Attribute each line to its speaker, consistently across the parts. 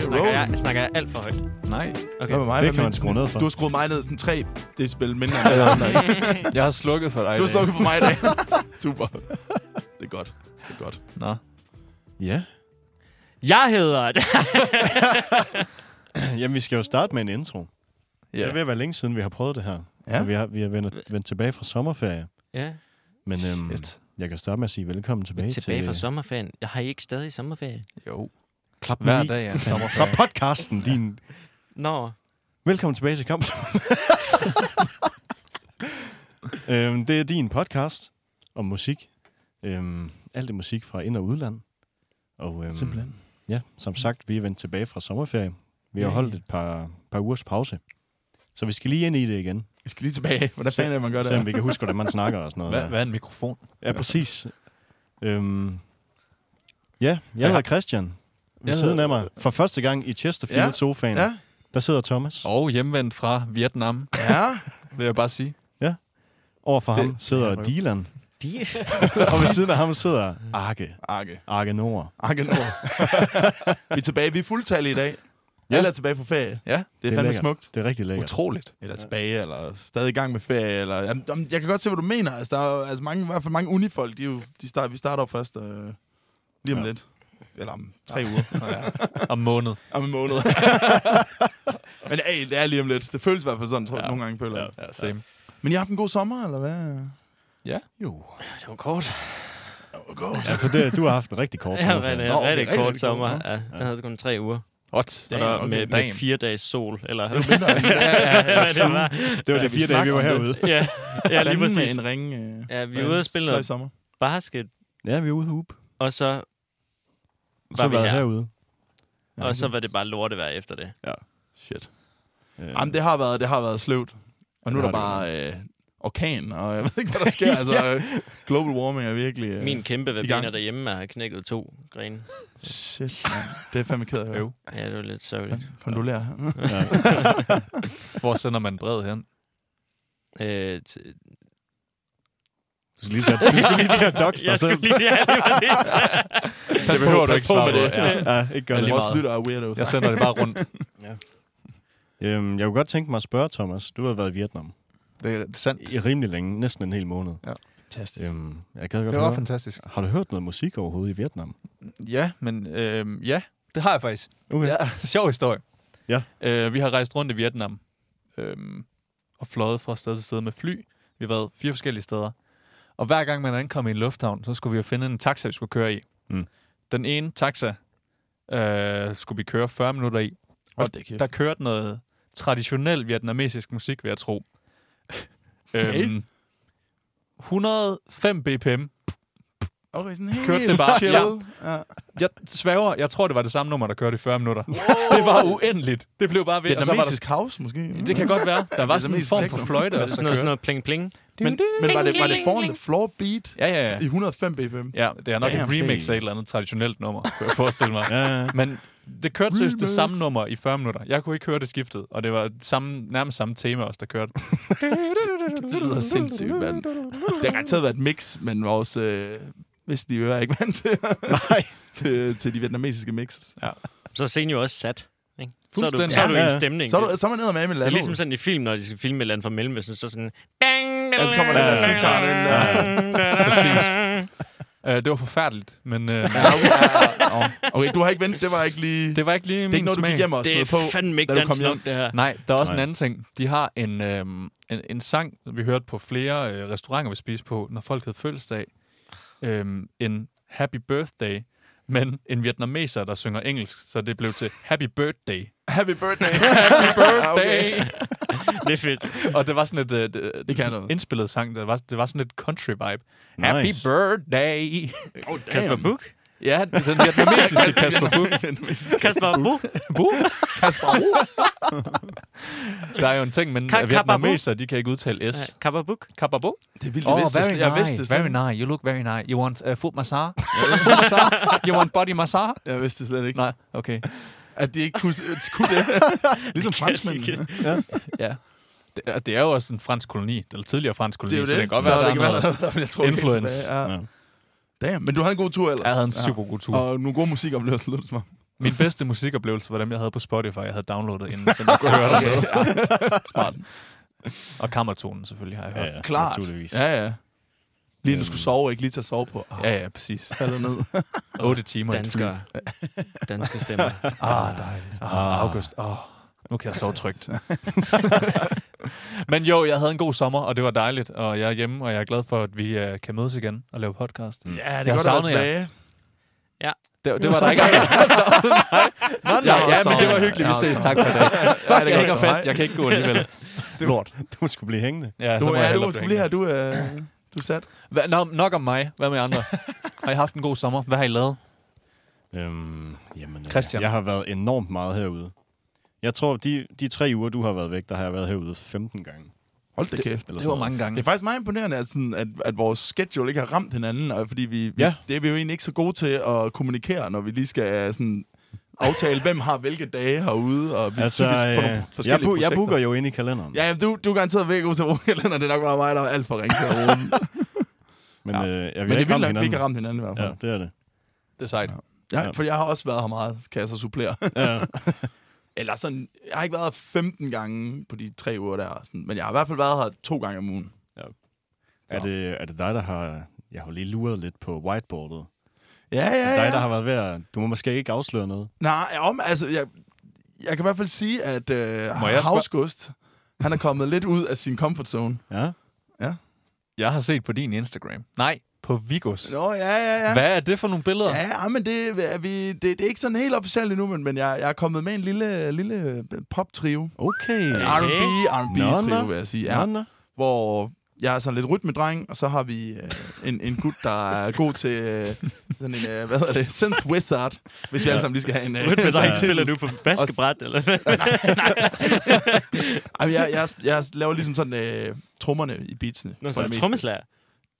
Speaker 1: Snakker
Speaker 2: roll.
Speaker 1: jeg, snakker jeg alt for højt?
Speaker 2: Nej,
Speaker 1: Okay.
Speaker 3: Hvad med mig? Hvad
Speaker 4: Det kan
Speaker 3: med
Speaker 4: man skrue ned for.
Speaker 3: Du har skruet mig ned sådan tre decibel mindre. end alle andre.
Speaker 2: jeg har slukket for dig. i
Speaker 3: du har
Speaker 2: dag.
Speaker 3: slukket for mig i dag. Super. Det er godt. Det er godt.
Speaker 2: Nå.
Speaker 4: Ja.
Speaker 1: Jeg hedder...
Speaker 4: Jamen, vi skal jo starte med en intro. Yeah. Det er ved
Speaker 2: Ja.
Speaker 4: at være længe siden, vi har prøvet det her.
Speaker 3: Ja.
Speaker 4: Og vi har, vi har vendt, vendt tilbage fra sommerferie.
Speaker 1: ja,
Speaker 4: Men øhm,
Speaker 2: Shit.
Speaker 4: jeg kan starte med at sige velkommen tilbage,
Speaker 1: tilbage
Speaker 4: til, øh,
Speaker 1: fra sommerferien. Jeg har I ikke stadig sommerferie.
Speaker 2: Jo.
Speaker 4: Klap nu
Speaker 2: Hver
Speaker 4: i.
Speaker 2: dag er en
Speaker 4: fra
Speaker 2: sommerferie.
Speaker 4: podcasten. Din.
Speaker 1: Nå,
Speaker 4: Velkommen tilbage til Kamp. øhm, det er din podcast om musik. Øhm, alt det musik fra ind- og udland. Og, øhm,
Speaker 3: Simpelthen.
Speaker 4: Ja, som sagt, vi er vendt tilbage fra sommerferie. Vi har
Speaker 1: Ja.
Speaker 4: holdt et par, par ugers pause. Så vi skal lige ind i det igen.
Speaker 3: Vi skal lige tilbage. Hvordan fanden er det, man gør det?
Speaker 4: Selvom vi kan huske, hvordan man snakker og sådan noget.
Speaker 2: Hvad,
Speaker 4: der.
Speaker 2: hvad er en mikrofon?
Speaker 4: Ja, præcis. Øhm, ja, jeg hedder Christian. Ved
Speaker 2: Jeg
Speaker 4: siden
Speaker 2: hedder-
Speaker 4: af mig. For første gang i Chesterfield
Speaker 3: Ja,
Speaker 4: ja. sofaen,
Speaker 3: Ja.
Speaker 4: ja. der sidder Thomas.
Speaker 2: Og hjemvendt fra Vietnam,
Speaker 3: Ja.
Speaker 2: vil jeg bare sige.
Speaker 4: Overfor
Speaker 2: det-
Speaker 4: ham sidder
Speaker 2: det-
Speaker 4: Dylan.
Speaker 1: de...
Speaker 4: og ved siden af ham sidder Arke.
Speaker 3: Arke.
Speaker 4: Arke Nord.
Speaker 3: Arke Nord. vi er tilbage. Vi er fuldtallige i dag.
Speaker 2: Ja.
Speaker 3: Alle er tilbage på ferie.
Speaker 2: Ja,
Speaker 3: Det er,
Speaker 4: Det er
Speaker 3: fandme
Speaker 4: lækkert.
Speaker 3: smukt.
Speaker 4: Det er rigtig lækkert.
Speaker 2: utroligt.
Speaker 3: Eller tilbage, eller stadig i gang med ferie. Eller, jamen, jamen, jeg kan godt se, hvad du mener. Altså, der er jo, altså mange, i hvert fald mange unifolk, de, er jo, de starter, vi starter jo først øh, lige om
Speaker 4: Ja.
Speaker 3: lidt. Eller om tre uger.
Speaker 2: Nå Ja. Om måned.
Speaker 3: Om en måned. Men hey, det er lige om lidt. Det føles i hvert fald sådan, tror jeg,
Speaker 2: Ja.
Speaker 3: nogle gange føler jeg.
Speaker 2: Ja, same.
Speaker 3: Men I har haft en god sommer, eller hvad?
Speaker 2: Ja.
Speaker 3: Jo.
Speaker 1: Det var kort.
Speaker 3: Oh, godt.
Speaker 4: Ja, for det, du har haft en rigtig kort
Speaker 1: Jeg havde
Speaker 4: sommerferie.
Speaker 1: rigtig,
Speaker 3: Nå, okay,
Speaker 1: øh, rigtig
Speaker 3: rigtig,
Speaker 1: kort
Speaker 3: rigtig
Speaker 1: sommer.
Speaker 3: kort,
Speaker 1: Ja, jeg havde kun tre uger.
Speaker 2: What?
Speaker 1: Og
Speaker 3: Damn,
Speaker 1: der
Speaker 3: okay.
Speaker 1: med, med
Speaker 2: Damn.
Speaker 1: fire dages sol, eller
Speaker 3: Det er jo mindre end-
Speaker 1: Ja, ja, ja, det var.
Speaker 4: Det var
Speaker 3: Ja,
Speaker 4: de
Speaker 3: vi
Speaker 4: fire dage, vi
Speaker 3: snakker
Speaker 4: var
Speaker 3: om det.
Speaker 4: herude.
Speaker 1: Ja, ja lige
Speaker 3: Fanden med
Speaker 1: præcis.
Speaker 3: En ring, øh,
Speaker 1: Ja, vi
Speaker 3: og
Speaker 1: er
Speaker 3: en
Speaker 1: ude og spille
Speaker 3: sløj
Speaker 1: noget
Speaker 3: sommer.
Speaker 1: basket,
Speaker 4: Ja, vi er ude i Hoop.
Speaker 1: og så
Speaker 4: Og
Speaker 1: Var
Speaker 4: så
Speaker 1: vi
Speaker 4: var
Speaker 1: her.
Speaker 4: jeg herude.
Speaker 3: Ja,
Speaker 1: og så
Speaker 3: okay.
Speaker 1: var det bare lortevejr efter det.
Speaker 3: Shit.
Speaker 4: Øh,
Speaker 3: Jamen, det har været, det har været sløvt. Og
Speaker 4: Ja,
Speaker 3: nu er
Speaker 4: det
Speaker 3: der
Speaker 4: har
Speaker 3: bare øh, orkan, og jeg ved ikke, hvad der sker. altså, øh, global warming er virkelig... Øh,
Speaker 1: Min kæmpe
Speaker 3: gang.
Speaker 1: verbiner derhjemme har knækket to grene.
Speaker 3: Shit, man. Det er fandme ked af. at høre.
Speaker 2: Øv.
Speaker 1: Ja, det var lidt sørgeligt.
Speaker 3: Kondolerer.
Speaker 4: ja.
Speaker 2: Hvor sender man brevet hen?
Speaker 1: Øh, t-
Speaker 4: Du skal lige til at, du skal lige til at doxe dig
Speaker 1: jeg
Speaker 4: selv.
Speaker 1: skulle lige, ja, lige præcis.
Speaker 3: Pas
Speaker 2: behøver
Speaker 3: på,
Speaker 2: du
Speaker 3: pas
Speaker 2: ikke
Speaker 3: på
Speaker 2: svare
Speaker 3: med
Speaker 2: på,
Speaker 3: det.
Speaker 2: ja.
Speaker 4: Ja, ikke gør
Speaker 2: Ja,
Speaker 4: det.
Speaker 2: lige
Speaker 3: Vores
Speaker 2: meget.
Speaker 3: lytter er weirdos.
Speaker 2: Jeg sender det bare rundt.
Speaker 4: Øhm, jeg kunne godt tænke mig at spørge, Thomas. Du har været i Vietnam
Speaker 2: Det er sandt.
Speaker 4: i rimelig længe, næsten en hel måned.
Speaker 3: Fantastisk.
Speaker 4: Øhm, jeg kan godt
Speaker 2: Det var
Speaker 4: høre.
Speaker 2: fantastisk.
Speaker 4: Har du hørt noget musik overhovedet i Vietnam?
Speaker 2: Ja, men øh, ja, det har jeg faktisk.
Speaker 4: Okay.
Speaker 2: Ja, sjov historie.
Speaker 4: Ja.
Speaker 2: Øh, vi har rejst rundt i Vietnam øh, og fløjet fra sted til sted med fly. Vi har været fire forskellige steder. Og hver gang man ankom i en lufthavn, så skulle vi jo finde en taxa, vi skulle køre i.
Speaker 4: Mm.
Speaker 2: Den ene taxa øh, skulle vi køre 40 minutter i.
Speaker 3: Hold da kæft.
Speaker 2: Der kørte noget traditionel vietnamesisk musik, vil jeg tro.
Speaker 3: Okay.
Speaker 2: øhm, 105 bpm.
Speaker 3: Okay, sådan helt
Speaker 2: Kørte det bare,
Speaker 3: chill.
Speaker 2: ja.
Speaker 3: Ja.
Speaker 2: Jeg sværger, jeg tror, det var det samme nummer, der kørte i 40 minutter. Det var uendeligt. Det blev bare ved. og så var der
Speaker 3: Vietnamesisk house, måske?
Speaker 2: Det kan godt være. Der var sådan en
Speaker 3: Vietnamesisk
Speaker 2: form for
Speaker 3: techno.
Speaker 2: fløjte,
Speaker 1: Var
Speaker 2: og
Speaker 1: det
Speaker 2: så
Speaker 1: sådan noget, sådan
Speaker 2: kørte.
Speaker 1: noget pling pling?
Speaker 3: Men, men var, det, var det foran the floor beat
Speaker 2: Ja, ja,
Speaker 3: i
Speaker 2: ja.
Speaker 3: 105 bpm?
Speaker 2: Ja, det er nok et
Speaker 3: Damn.
Speaker 2: remix af et eller andet traditionelt nummer, kunne jeg forestille mig.
Speaker 4: Ja, ja.
Speaker 2: Men det kørte seriøst det
Speaker 3: Remix.
Speaker 2: samme nummer i 40 minutter. Jeg kunne ikke høre det skiftet, og det var samme, nærmest samme tema også, der kørte.
Speaker 3: Det lyder sindssygt, mand. Det har garanteret været et mix, men vores øh, vestlige ører er ikke vant til, Nej. til, til de vietnamesiske mix.
Speaker 1: Så er scenen jo også sat. Ikke? Så er du,
Speaker 2: Fuldstændig.
Speaker 1: så er du
Speaker 4: Ja,
Speaker 1: i en
Speaker 4: ja.
Speaker 1: stemning.
Speaker 3: Så er, du, så er man nede med med
Speaker 1: Det er
Speaker 3: landet.
Speaker 1: ligesom sådan i film, når de skal filme et land fra Mellemøsten, så sådan... Dang,
Speaker 3: Og så kommer den der sitar ind, der.
Speaker 2: Præcis. Øh, det var forfærdeligt, men øh,
Speaker 3: Ja, okay. Nå. okay, du har ikke ventet. Det var ikke lige... Det,
Speaker 2: det var ikke lige
Speaker 3: det er
Speaker 2: min
Speaker 3: ikke noget, du
Speaker 2: smag.
Speaker 3: gik hjem og
Speaker 1: Det
Speaker 3: smed
Speaker 1: er
Speaker 3: på,
Speaker 1: fandme ikke
Speaker 3: da du kom
Speaker 1: dansk
Speaker 3: hjem.
Speaker 1: nok, det her.
Speaker 2: Nej, der er også Nej. en
Speaker 4: Nej.
Speaker 2: anden ting. De har en, øh, en, en sang, vi hørte på flere øh, restauranter, vi spiste på, når folk havde fødselsdag. Øh, en happy birthday, men en vietnameser, der synger engelsk, så det blev til happy birthday.
Speaker 3: Happy birthday.
Speaker 2: Happy
Speaker 3: okay.
Speaker 2: birthday!
Speaker 1: Det er fedt.
Speaker 2: Og det var sådan et øh, det,
Speaker 3: Det kan noget.
Speaker 2: indspillet sang, der var, det var sådan et country vibe.
Speaker 4: Nice.
Speaker 2: Happy birthday!
Speaker 3: Oh, damn.
Speaker 1: Kasper Buch?
Speaker 2: Ja, den vietnamesiske Kasper Buch.
Speaker 1: Kasper Buch?
Speaker 2: Buch.
Speaker 3: Kasper Buch.
Speaker 2: Der er jo en ting, men
Speaker 1: Ka-
Speaker 2: vietnameser, de kan ikke udtale
Speaker 1: Nej,
Speaker 2: S.
Speaker 1: Kasper Buch?
Speaker 2: Kappa Buch.
Speaker 3: Det er vildt, jeg
Speaker 2: Oh,
Speaker 3: vidste
Speaker 2: very
Speaker 3: det. Jeg vidste
Speaker 2: nice.
Speaker 3: det.
Speaker 2: Very
Speaker 3: slet-
Speaker 2: nice. You look very nice. You want uh, foot massage? foot massage? You want body massage?
Speaker 3: Jeg vidste det slet ikke.
Speaker 2: Nej, okay.
Speaker 3: At de ikke kunne, kunne det. ligesom franskmændene.
Speaker 2: Det, er- det er jo også en fransk koloni. Eller tidligere fransk koloni.
Speaker 3: Det er jo det.
Speaker 2: Så det kan godt være,
Speaker 3: det
Speaker 2: der er
Speaker 3: kan være,
Speaker 2: noget.
Speaker 3: der er noget, men jeg tror ikke helt
Speaker 2: Influence.
Speaker 3: tilbage. Ja.
Speaker 4: Ja.
Speaker 3: Damn, men du havde en god tur ellers.
Speaker 2: Jeg havde en super god tur.
Speaker 3: Og nogle gode musikoplevelser, lød det som om.
Speaker 2: Min bedste musikoplevelse var dem, jeg havde på Spotify, jeg havde downloadet inden, så jeg kunne høre det. med.
Speaker 3: Smart.
Speaker 2: Og kammertonen selvfølgelig har jeg hørt.
Speaker 3: klart.
Speaker 4: Naturligvis. Ja.
Speaker 3: Ja, ja. Lige du skulle sove, ikke? Lige tage sove på. Ah,
Speaker 2: Øhm. Ja, ja, præcis.
Speaker 3: falder ned.
Speaker 2: 8 timer i et fly.
Speaker 1: Danskere. Danske stemmer.
Speaker 3: Ah, dejligt.
Speaker 2: Ah, august. Ah, nu kan jeg sove trygt. Men jo, jeg havde en god sommer, og det var dejligt. Og jeg er hjemme, og jeg er glad for, at vi uh, kan mødes igen og lave podcast. Mm.
Speaker 3: Ja, det er
Speaker 2: Jeg
Speaker 3: godt at være
Speaker 2: savner jer.
Speaker 3: tilbage.
Speaker 2: Det, det var der ikke andre, der savnede mig. Nå, nej,
Speaker 3: har
Speaker 2: ja,
Speaker 3: også
Speaker 2: men det
Speaker 3: savnet
Speaker 2: var
Speaker 3: jer.
Speaker 2: hyggeligt. Vi
Speaker 3: Jeg har
Speaker 2: ses.
Speaker 3: også
Speaker 2: Tak for det. Fuck, jeg
Speaker 3: godt.
Speaker 2: hænger fast.
Speaker 3: Nej.
Speaker 2: Jeg altså kan ikke gå alligevel. Lort.
Speaker 4: Du skulle blive hængende.
Speaker 2: Ja,
Speaker 3: Du,
Speaker 2: må jeg
Speaker 3: ja,
Speaker 2: hellere
Speaker 3: du skal
Speaker 2: blive
Speaker 3: lige her. Du, øh, du er sat.
Speaker 2: hængende. Hva- Nå, nok om mig. Hvad med andre? Har I haft en god sommer? Hvad har I lavet?
Speaker 4: Øhm, jamen, øh,
Speaker 2: Christian.
Speaker 4: Jeg har været enormt meget herude. Jeg tror, de, de tre uger, du har været væk, der har jeg været herude 15 gange.
Speaker 3: Hold da kæft.
Speaker 4: Eller
Speaker 2: Det
Speaker 4: sådan
Speaker 2: var
Speaker 4: noget.
Speaker 2: mange
Speaker 3: Det er
Speaker 2: gange.
Speaker 3: faktisk meget imponerende, at, sådan, at, at vores schedule ikke har ramt hinanden, og fordi vi, vi,
Speaker 4: Ja.
Speaker 3: det er vi jo egentlig ikke så gode til at kommunikere, når vi lige skal øh, sådan, aftale, hvem har hhvilke dage herude, og vi er
Speaker 4: Altså,
Speaker 3: typisk på
Speaker 4: øh,
Speaker 3: nogle
Speaker 4: jeg,
Speaker 3: forskellige
Speaker 4: bu- jeg
Speaker 3: projekter.
Speaker 4: booker jo ind i kalenderen.
Speaker 3: Ja, jamen, du, du er garanteret virkelig god til at bruge kalender. Det er nok bare mig, der er alt for ringe til at bruge den.
Speaker 4: Men,
Speaker 3: Ja.
Speaker 4: øh, jeg, vi har
Speaker 3: Men det er vildt
Speaker 4: ikke ramt
Speaker 3: nok, at vi
Speaker 4: hinanden.
Speaker 3: ikke har ramt hinanden i hvert fald.
Speaker 4: Ja, det er det.
Speaker 2: Det er sejt.
Speaker 3: Ja. for jeg har også været her meget, kan jeg så supplere.
Speaker 4: Ja.
Speaker 3: Eller sådan, jeg har ikke været her 15 gange på de tre uger der, og sådan, men jeg har i hvert fald været her to gange om ugen.
Speaker 4: er, det, er det dig, der har... Jeg har jo lige luret lidt på whiteboardet.
Speaker 3: Ja, ja,
Speaker 4: Det
Speaker 3: ja.
Speaker 4: er dig, der har været ved at... Du må måske ikke afsløre noget.
Speaker 3: Nej, om, altså, jeg, jeg kan i hvert fald sige, at øh,
Speaker 2: Må jeg spørge-
Speaker 3: Havsgust, han er kommet lidt ud af sin comfort zone.
Speaker 4: Ja?
Speaker 2: Jeg har set på din Instagram. Nej, på Vigos.
Speaker 3: Nå, ja, ja, ja.
Speaker 2: Hvad er det for nogle billeder?
Speaker 3: Ja, ja, men det, er vi, det, det er ikke sådan helt officielt endnu, men, men jeg, jeg er kommet med en lille, lille øh, pop-trio.
Speaker 4: Okay.
Speaker 3: R&B,
Speaker 4: Nå, nå.
Speaker 3: R&B-trio, vil jeg sige. Ja.
Speaker 4: Nå, nå.
Speaker 3: hvor jeg er sådan lidt rytmedreng, og så har vi øh, en, en gut, der er god til øh, sådan en, øh, hvad hedder det, synth wizard, hvis vi alle sammen lige skal have en... Øh,
Speaker 1: Rytmedreng,
Speaker 3: sådan en
Speaker 1: spiller
Speaker 3: titel.
Speaker 1: du på basketbræt, eller hvad?
Speaker 3: Ej, men jeg, jeg, jeg laver ligesom sådan øh, trommerne i beatsene.
Speaker 1: Nå,
Speaker 3: for
Speaker 1: så
Speaker 3: det meste.
Speaker 1: trommeslager.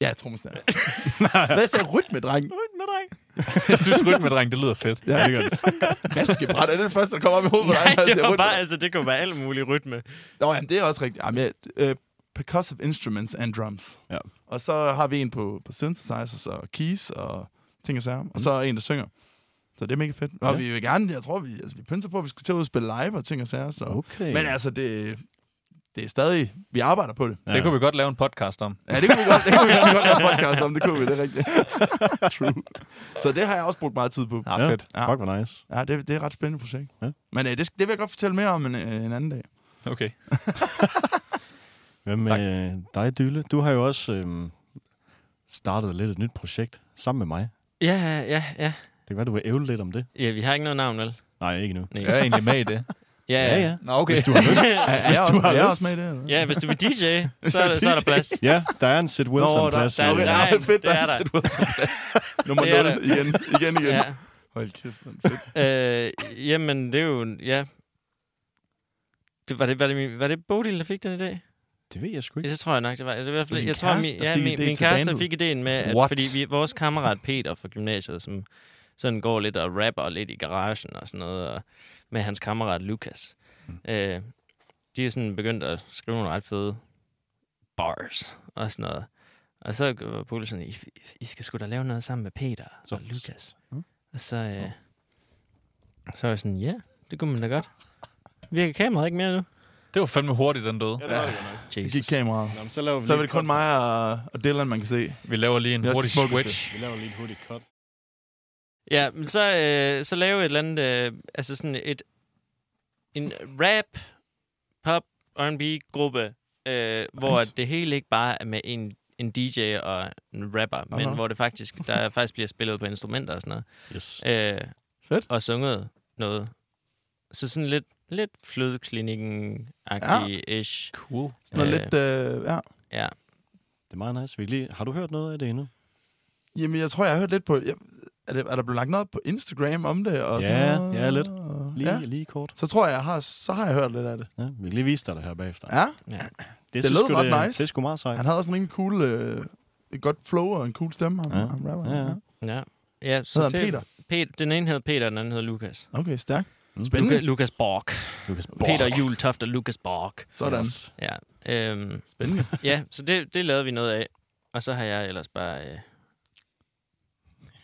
Speaker 3: Ja, trommeslager. hvad sagde rytmedreng?
Speaker 1: Rytmedreng.
Speaker 2: Jeg synes, rytmedreng, det lyder fedt.
Speaker 3: Ja, det Maskebræt, er det det første, der kommer op i hovedet på dig?
Speaker 1: Nej,
Speaker 3: når jeg
Speaker 1: det
Speaker 3: siger
Speaker 1: var
Speaker 3: rytme?
Speaker 1: bare, altså, det kunne være alt muligt rytme.
Speaker 3: Nå, jamen, det er også rigtigt. Jamen, jeg, øh, percussive instruments and drums.
Speaker 4: Ja.
Speaker 3: Og så har vi en på, på synthesizers og keys og ting og sager. Og så er en, der synger. Så det er mega fedt. Og
Speaker 4: Ja.
Speaker 3: vi vil gerne, jeg tror, vi, altså, vi pynser på, at vi skulle til at ud og spille live og ting og sager. Så.
Speaker 4: Okay.
Speaker 3: Men altså, det, det er stadig, vi arbejder på det.
Speaker 4: ja.
Speaker 2: Det kunne vi godt lave en podcast om.
Speaker 3: Ja, det kunne vi godt, det kunne vi godt lave podcast om, det kunne vi, det er rigtigt. True. Så det har jeg også brugt meget tid på.
Speaker 2: Ah,
Speaker 4: Ja.
Speaker 2: fedt.
Speaker 3: Ja.
Speaker 4: Fuck, hvor nice.
Speaker 3: Ja, det, det er et ret spændende projekt.
Speaker 4: Ja.
Speaker 3: Men øh, det, det vil jeg godt fortælle mere om en, øh, en anden dag.
Speaker 2: Okay.
Speaker 4: Hvad
Speaker 2: Tak.
Speaker 4: med øh, dig, Dylle? Du har jo også øhm, startet lidt et nyt projekt sammen med mig.
Speaker 1: Ja, ja, ja.
Speaker 4: Det kan være, du vil ævle lidt om det.
Speaker 1: Ja, vi har ikke noget navn, vel?
Speaker 4: Nej, ikke nu.
Speaker 1: Nej.
Speaker 2: Jeg er egentlig med i det.
Speaker 1: Ja, ja. ja.
Speaker 2: Nå, okay.
Speaker 4: Hvis du har lyst.
Speaker 3: Er, er, jeg,
Speaker 4: du
Speaker 3: også,
Speaker 4: har
Speaker 3: er jeg
Speaker 4: lyst.
Speaker 3: også med i det? Eller?
Speaker 1: Ja, hvis du vil DJ, så er, der, så er der
Speaker 3: DJ.
Speaker 1: plads.
Speaker 4: ja, der er en Sid Wilson-plads.
Speaker 1: der er-
Speaker 4: øh,
Speaker 1: okay, der er-
Speaker 3: nej,
Speaker 1: en-
Speaker 3: fedt,
Speaker 1: det
Speaker 3: der er
Speaker 1: er der.
Speaker 3: en sæt- Nummer
Speaker 1: Det er
Speaker 3: 0,
Speaker 1: der.
Speaker 3: igen, igen, igen.
Speaker 1: Ja.
Speaker 3: Hold kæft, man. Fedt.
Speaker 1: Øh, jamen, det er jo... Ja. Det, var, det, var, det min, var det Bodil, der fik den i dag?
Speaker 4: Det ved jeg sgu
Speaker 1: Ja,
Speaker 4: ikke.
Speaker 1: det tror jeg nok, det var. Det var i hvert fald,
Speaker 3: Din
Speaker 1: jeg tror, min,
Speaker 3: kæreste
Speaker 1: ja,
Speaker 3: fik
Speaker 1: min,
Speaker 3: idé
Speaker 1: min
Speaker 3: til
Speaker 1: kæreste
Speaker 3: bandet.
Speaker 1: fik idéen med, at,
Speaker 2: What?
Speaker 1: fordi vi, vores kammerat Peter fra gymnasiet, som sådan går lidt og rapper lidt i garagen og sådan noget, og med hans kammerat Lukas, øh, de er sådan begyndt at skrive nogle ret fede bars og sådan noget. Og så var Paul sådan, I, I skal sgu da lave noget sammen med Peter
Speaker 4: Så-
Speaker 1: så, og Lukas.
Speaker 4: Mm.
Speaker 1: Og så, øh, så var jeg sådan, ja, det kunne man da godt. Virker kameraet ikke mere nu?
Speaker 2: Det var fandme hurtigt, den døde.
Speaker 3: Så gik kameraet.
Speaker 4: Nå, men så laver vi
Speaker 3: Så er det kun mig og, og Dylan, man kan se.
Speaker 2: Vi laver lige en
Speaker 3: Det er også
Speaker 2: hurtig
Speaker 3: det smukkeste.
Speaker 2: switch.
Speaker 4: Vi laver lige et hurtigt cut.
Speaker 1: Ja, men så, øh, så lave et eller andet, øh, altså sådan et, en rap, pop, R&B gruppe, øh, hvor
Speaker 3: Nice.
Speaker 1: nice. det hele ikke bare er med en, en DJ og en rapper, uh-huh. men
Speaker 3: Aha.
Speaker 1: hvor det faktisk, der faktisk bliver spillet på instrumenter og sådan
Speaker 4: Yes.
Speaker 1: noget. Øh,
Speaker 3: Fedt.
Speaker 1: Og sunget noget. Så sådan lidt, lidt flødeklinikken-agtig-ish.
Speaker 2: Cool.
Speaker 3: Sådan noget
Speaker 1: Øh.
Speaker 3: lidt, øh, ja.
Speaker 1: Ja.
Speaker 4: Det er meget nice. Vi lige... Har du hørt noget af det endnu?
Speaker 3: Jamen, jeg tror, jeg har hørt lidt på... Jeg, er, det, er der blevet lagt noget på Instagram om det? Og
Speaker 4: Ja,
Speaker 3: sådan noget?
Speaker 4: ja, lidt.
Speaker 3: Og-
Speaker 4: Lige,
Speaker 3: Ja.
Speaker 4: ja. lige kort.
Speaker 3: Så tror jeg, jeg har, så har jeg hørt lidt af det.
Speaker 4: Ja, vi kan lige vise dig det her bagefter.
Speaker 3: Ja,
Speaker 1: ja.
Speaker 4: det,
Speaker 3: det
Speaker 4: synes
Speaker 3: lød
Speaker 4: sgu,
Speaker 3: ret
Speaker 4: det,
Speaker 3: nice.
Speaker 4: Det er sgu meget sejt.
Speaker 3: han havde også en rimelig cool... Øh, et godt flow og en cool stemme, ham,
Speaker 4: Ja.
Speaker 3: ja. ham rapper.
Speaker 4: Ja, ja.
Speaker 1: Ja. Ja,
Speaker 3: Så
Speaker 1: så
Speaker 3: hedder
Speaker 1: det,
Speaker 3: han Peter.
Speaker 1: Peter. Den ene hedder Peter, den anden hedder Lukas.
Speaker 3: Okay, stærk.
Speaker 4: Mm.
Speaker 3: Spændende.
Speaker 1: Luka, Lukas Borg.
Speaker 4: Lukas
Speaker 1: Borg. Peter Jultoft og Lukas Borg.
Speaker 3: Sådan.
Speaker 4: Yes.
Speaker 1: Ja. Øhm,
Speaker 3: Spændende.
Speaker 1: Ja, så det, det lavede vi noget af. Og så har jeg ellers bare øh,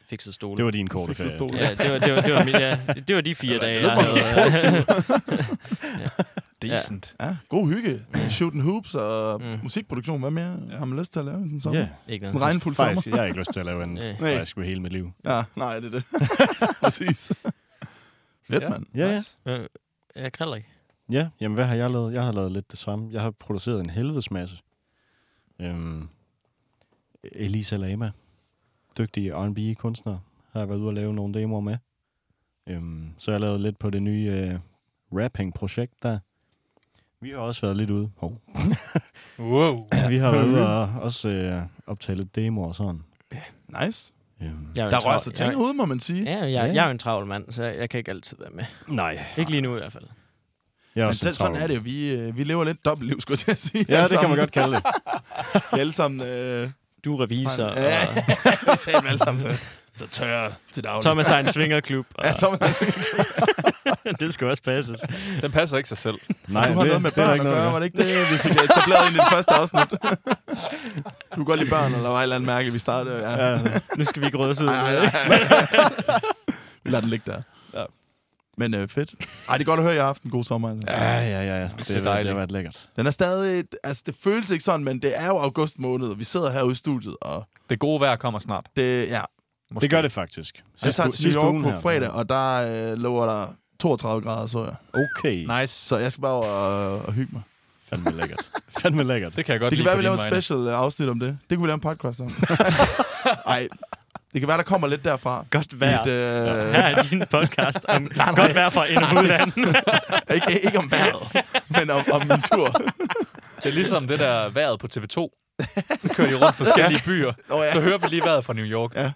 Speaker 1: fikset stole.
Speaker 4: Det var din korte
Speaker 3: Fikset
Speaker 4: ferie.
Speaker 3: stol.
Speaker 1: Ja, det var, det var, det var, min, ja, det var de fire dage, jeg
Speaker 3: lyder som om,
Speaker 1: havde.
Speaker 2: Decent.
Speaker 3: Ja, god hygge. Shooting hoops og
Speaker 1: Mm.
Speaker 3: mm. musikproduktion. Hvad mere ja. har man lyst til at lave i sådan en sommer?
Speaker 4: Ja,
Speaker 3: Yeah.
Speaker 1: Ikke
Speaker 3: Sådan en
Speaker 1: noget. Øh,
Speaker 3: regnfuld sommer.
Speaker 4: faktisk, jeg har ikke lyst til at lave andet.
Speaker 1: Nej.
Speaker 3: Nej.
Speaker 4: Faktisk hele mit liv.
Speaker 3: Ja, nej, det er det. Præcis. Fedt, mand.
Speaker 4: Ja, ja.
Speaker 1: Øh, Jeg kan heller ikke.
Speaker 4: Ja, jamen hvad har jeg lavet? Jeg har lavet lidt det samme. Jeg har produceret en helvedes masse. Øhm, Elisa Lama, dygtig R&B-kunstner, har jeg været ude og lave nogle demoer med. Øhm, så jeg har lavet lidt på det nye øh, rapping-projekt der. Vi har også været lidt ude. Oh.
Speaker 2: Wow.
Speaker 4: Vi har været ude og også øh, optage lidt demoer og sådan.
Speaker 3: Nice.
Speaker 4: Øhm,
Speaker 1: Jeg er jo
Speaker 3: Der
Speaker 1: en
Speaker 3: rører
Speaker 1: travl-
Speaker 3: sig ting
Speaker 1: jeg-
Speaker 3: ud, må man sige.
Speaker 1: Ja, jeg,
Speaker 4: Ja.
Speaker 1: jeg, jeg er jo en travl mand, så jeg, jeg kan ikke altid være med.
Speaker 4: nej.
Speaker 1: Ikke lige nu i hvert fald.
Speaker 4: Jeg er
Speaker 3: Men
Speaker 4: også
Speaker 3: selv,
Speaker 4: lidt
Speaker 3: sådan
Speaker 4: travl.
Speaker 3: er det. jo. Vi, øh, vi lever lidt dobbeltliv, skulle jeg til at sige.
Speaker 4: Ja,
Speaker 3: Alle
Speaker 4: det kan
Speaker 3: sammen-
Speaker 4: man godt kalde det.
Speaker 3: vi alle sammen... Øh,
Speaker 1: Du er revisor,
Speaker 3: Ja, ja,
Speaker 1: og
Speaker 3: vi sagde altså. dem alle sammen så, så tørre til daglig.
Speaker 1: Thomas har en swingerklub. Og
Speaker 3: Ja, Thomas,
Speaker 1: det skal også passes.
Speaker 2: Den passer ikke sig selv.
Speaker 3: du har
Speaker 4: det-
Speaker 3: noget med
Speaker 4: det er der
Speaker 3: børn
Speaker 4: ikke
Speaker 3: at
Speaker 4: noget
Speaker 3: gøre, var det ikke det, vi fik etableret ind i det første afsnit? du kan godt lide børn, eller var et eller andet mærke, vi startede. Ja.
Speaker 4: Ja,
Speaker 1: Nu skal vi ikke rødes ud.
Speaker 3: Ej, ej, ej. vi lader den ligge der.
Speaker 2: Ja.
Speaker 3: Men øh, fedt. Ej, det er godt at høre, at I har haft en god sommer. Altså.
Speaker 4: ja, ja. ja, ja. Det, det, det har
Speaker 2: dejligt.
Speaker 4: været lækkert.
Speaker 3: Den er stadig... Altså, det føles ikke sådan, men det er jo august måned, og vi sidder herude i studiet, og
Speaker 2: Det gode vejr kommer snart.
Speaker 3: det... Ja,
Speaker 2: Måske.
Speaker 4: Det gør det faktisk.
Speaker 3: jeg tager
Speaker 4: uge-
Speaker 3: til New York
Speaker 4: ugen
Speaker 3: på
Speaker 4: her.
Speaker 3: fredag, og der øh, lover der 32 grader, så jeg.
Speaker 4: Okay. Nej.
Speaker 2: Nice.
Speaker 3: Så jeg skal bare over og, og hygge mig.
Speaker 4: Fandme lækkert. Fandme lækkert.
Speaker 2: Det kan jeg godt
Speaker 3: Det kan
Speaker 2: lide
Speaker 3: være,
Speaker 2: på
Speaker 3: vi laver
Speaker 2: dine
Speaker 3: et
Speaker 2: vegne.
Speaker 3: special øh, afsnit om det. Det kunne vi lave en podcast om. Ej, det kan være, der kommer lidt derfra.
Speaker 1: Godt vejr.
Speaker 3: Mit, øh,
Speaker 1: Her er din podcast om godt vejr fra ind- og udland.
Speaker 3: ikke, ikke om vejret, men om, om min tur.
Speaker 2: Det er ligesom det der vejret på TV2. Så kører de rundt forskellige byer.
Speaker 3: Oh, ja.
Speaker 2: Så hører vi lige vejret fra New York.
Speaker 1: Ja.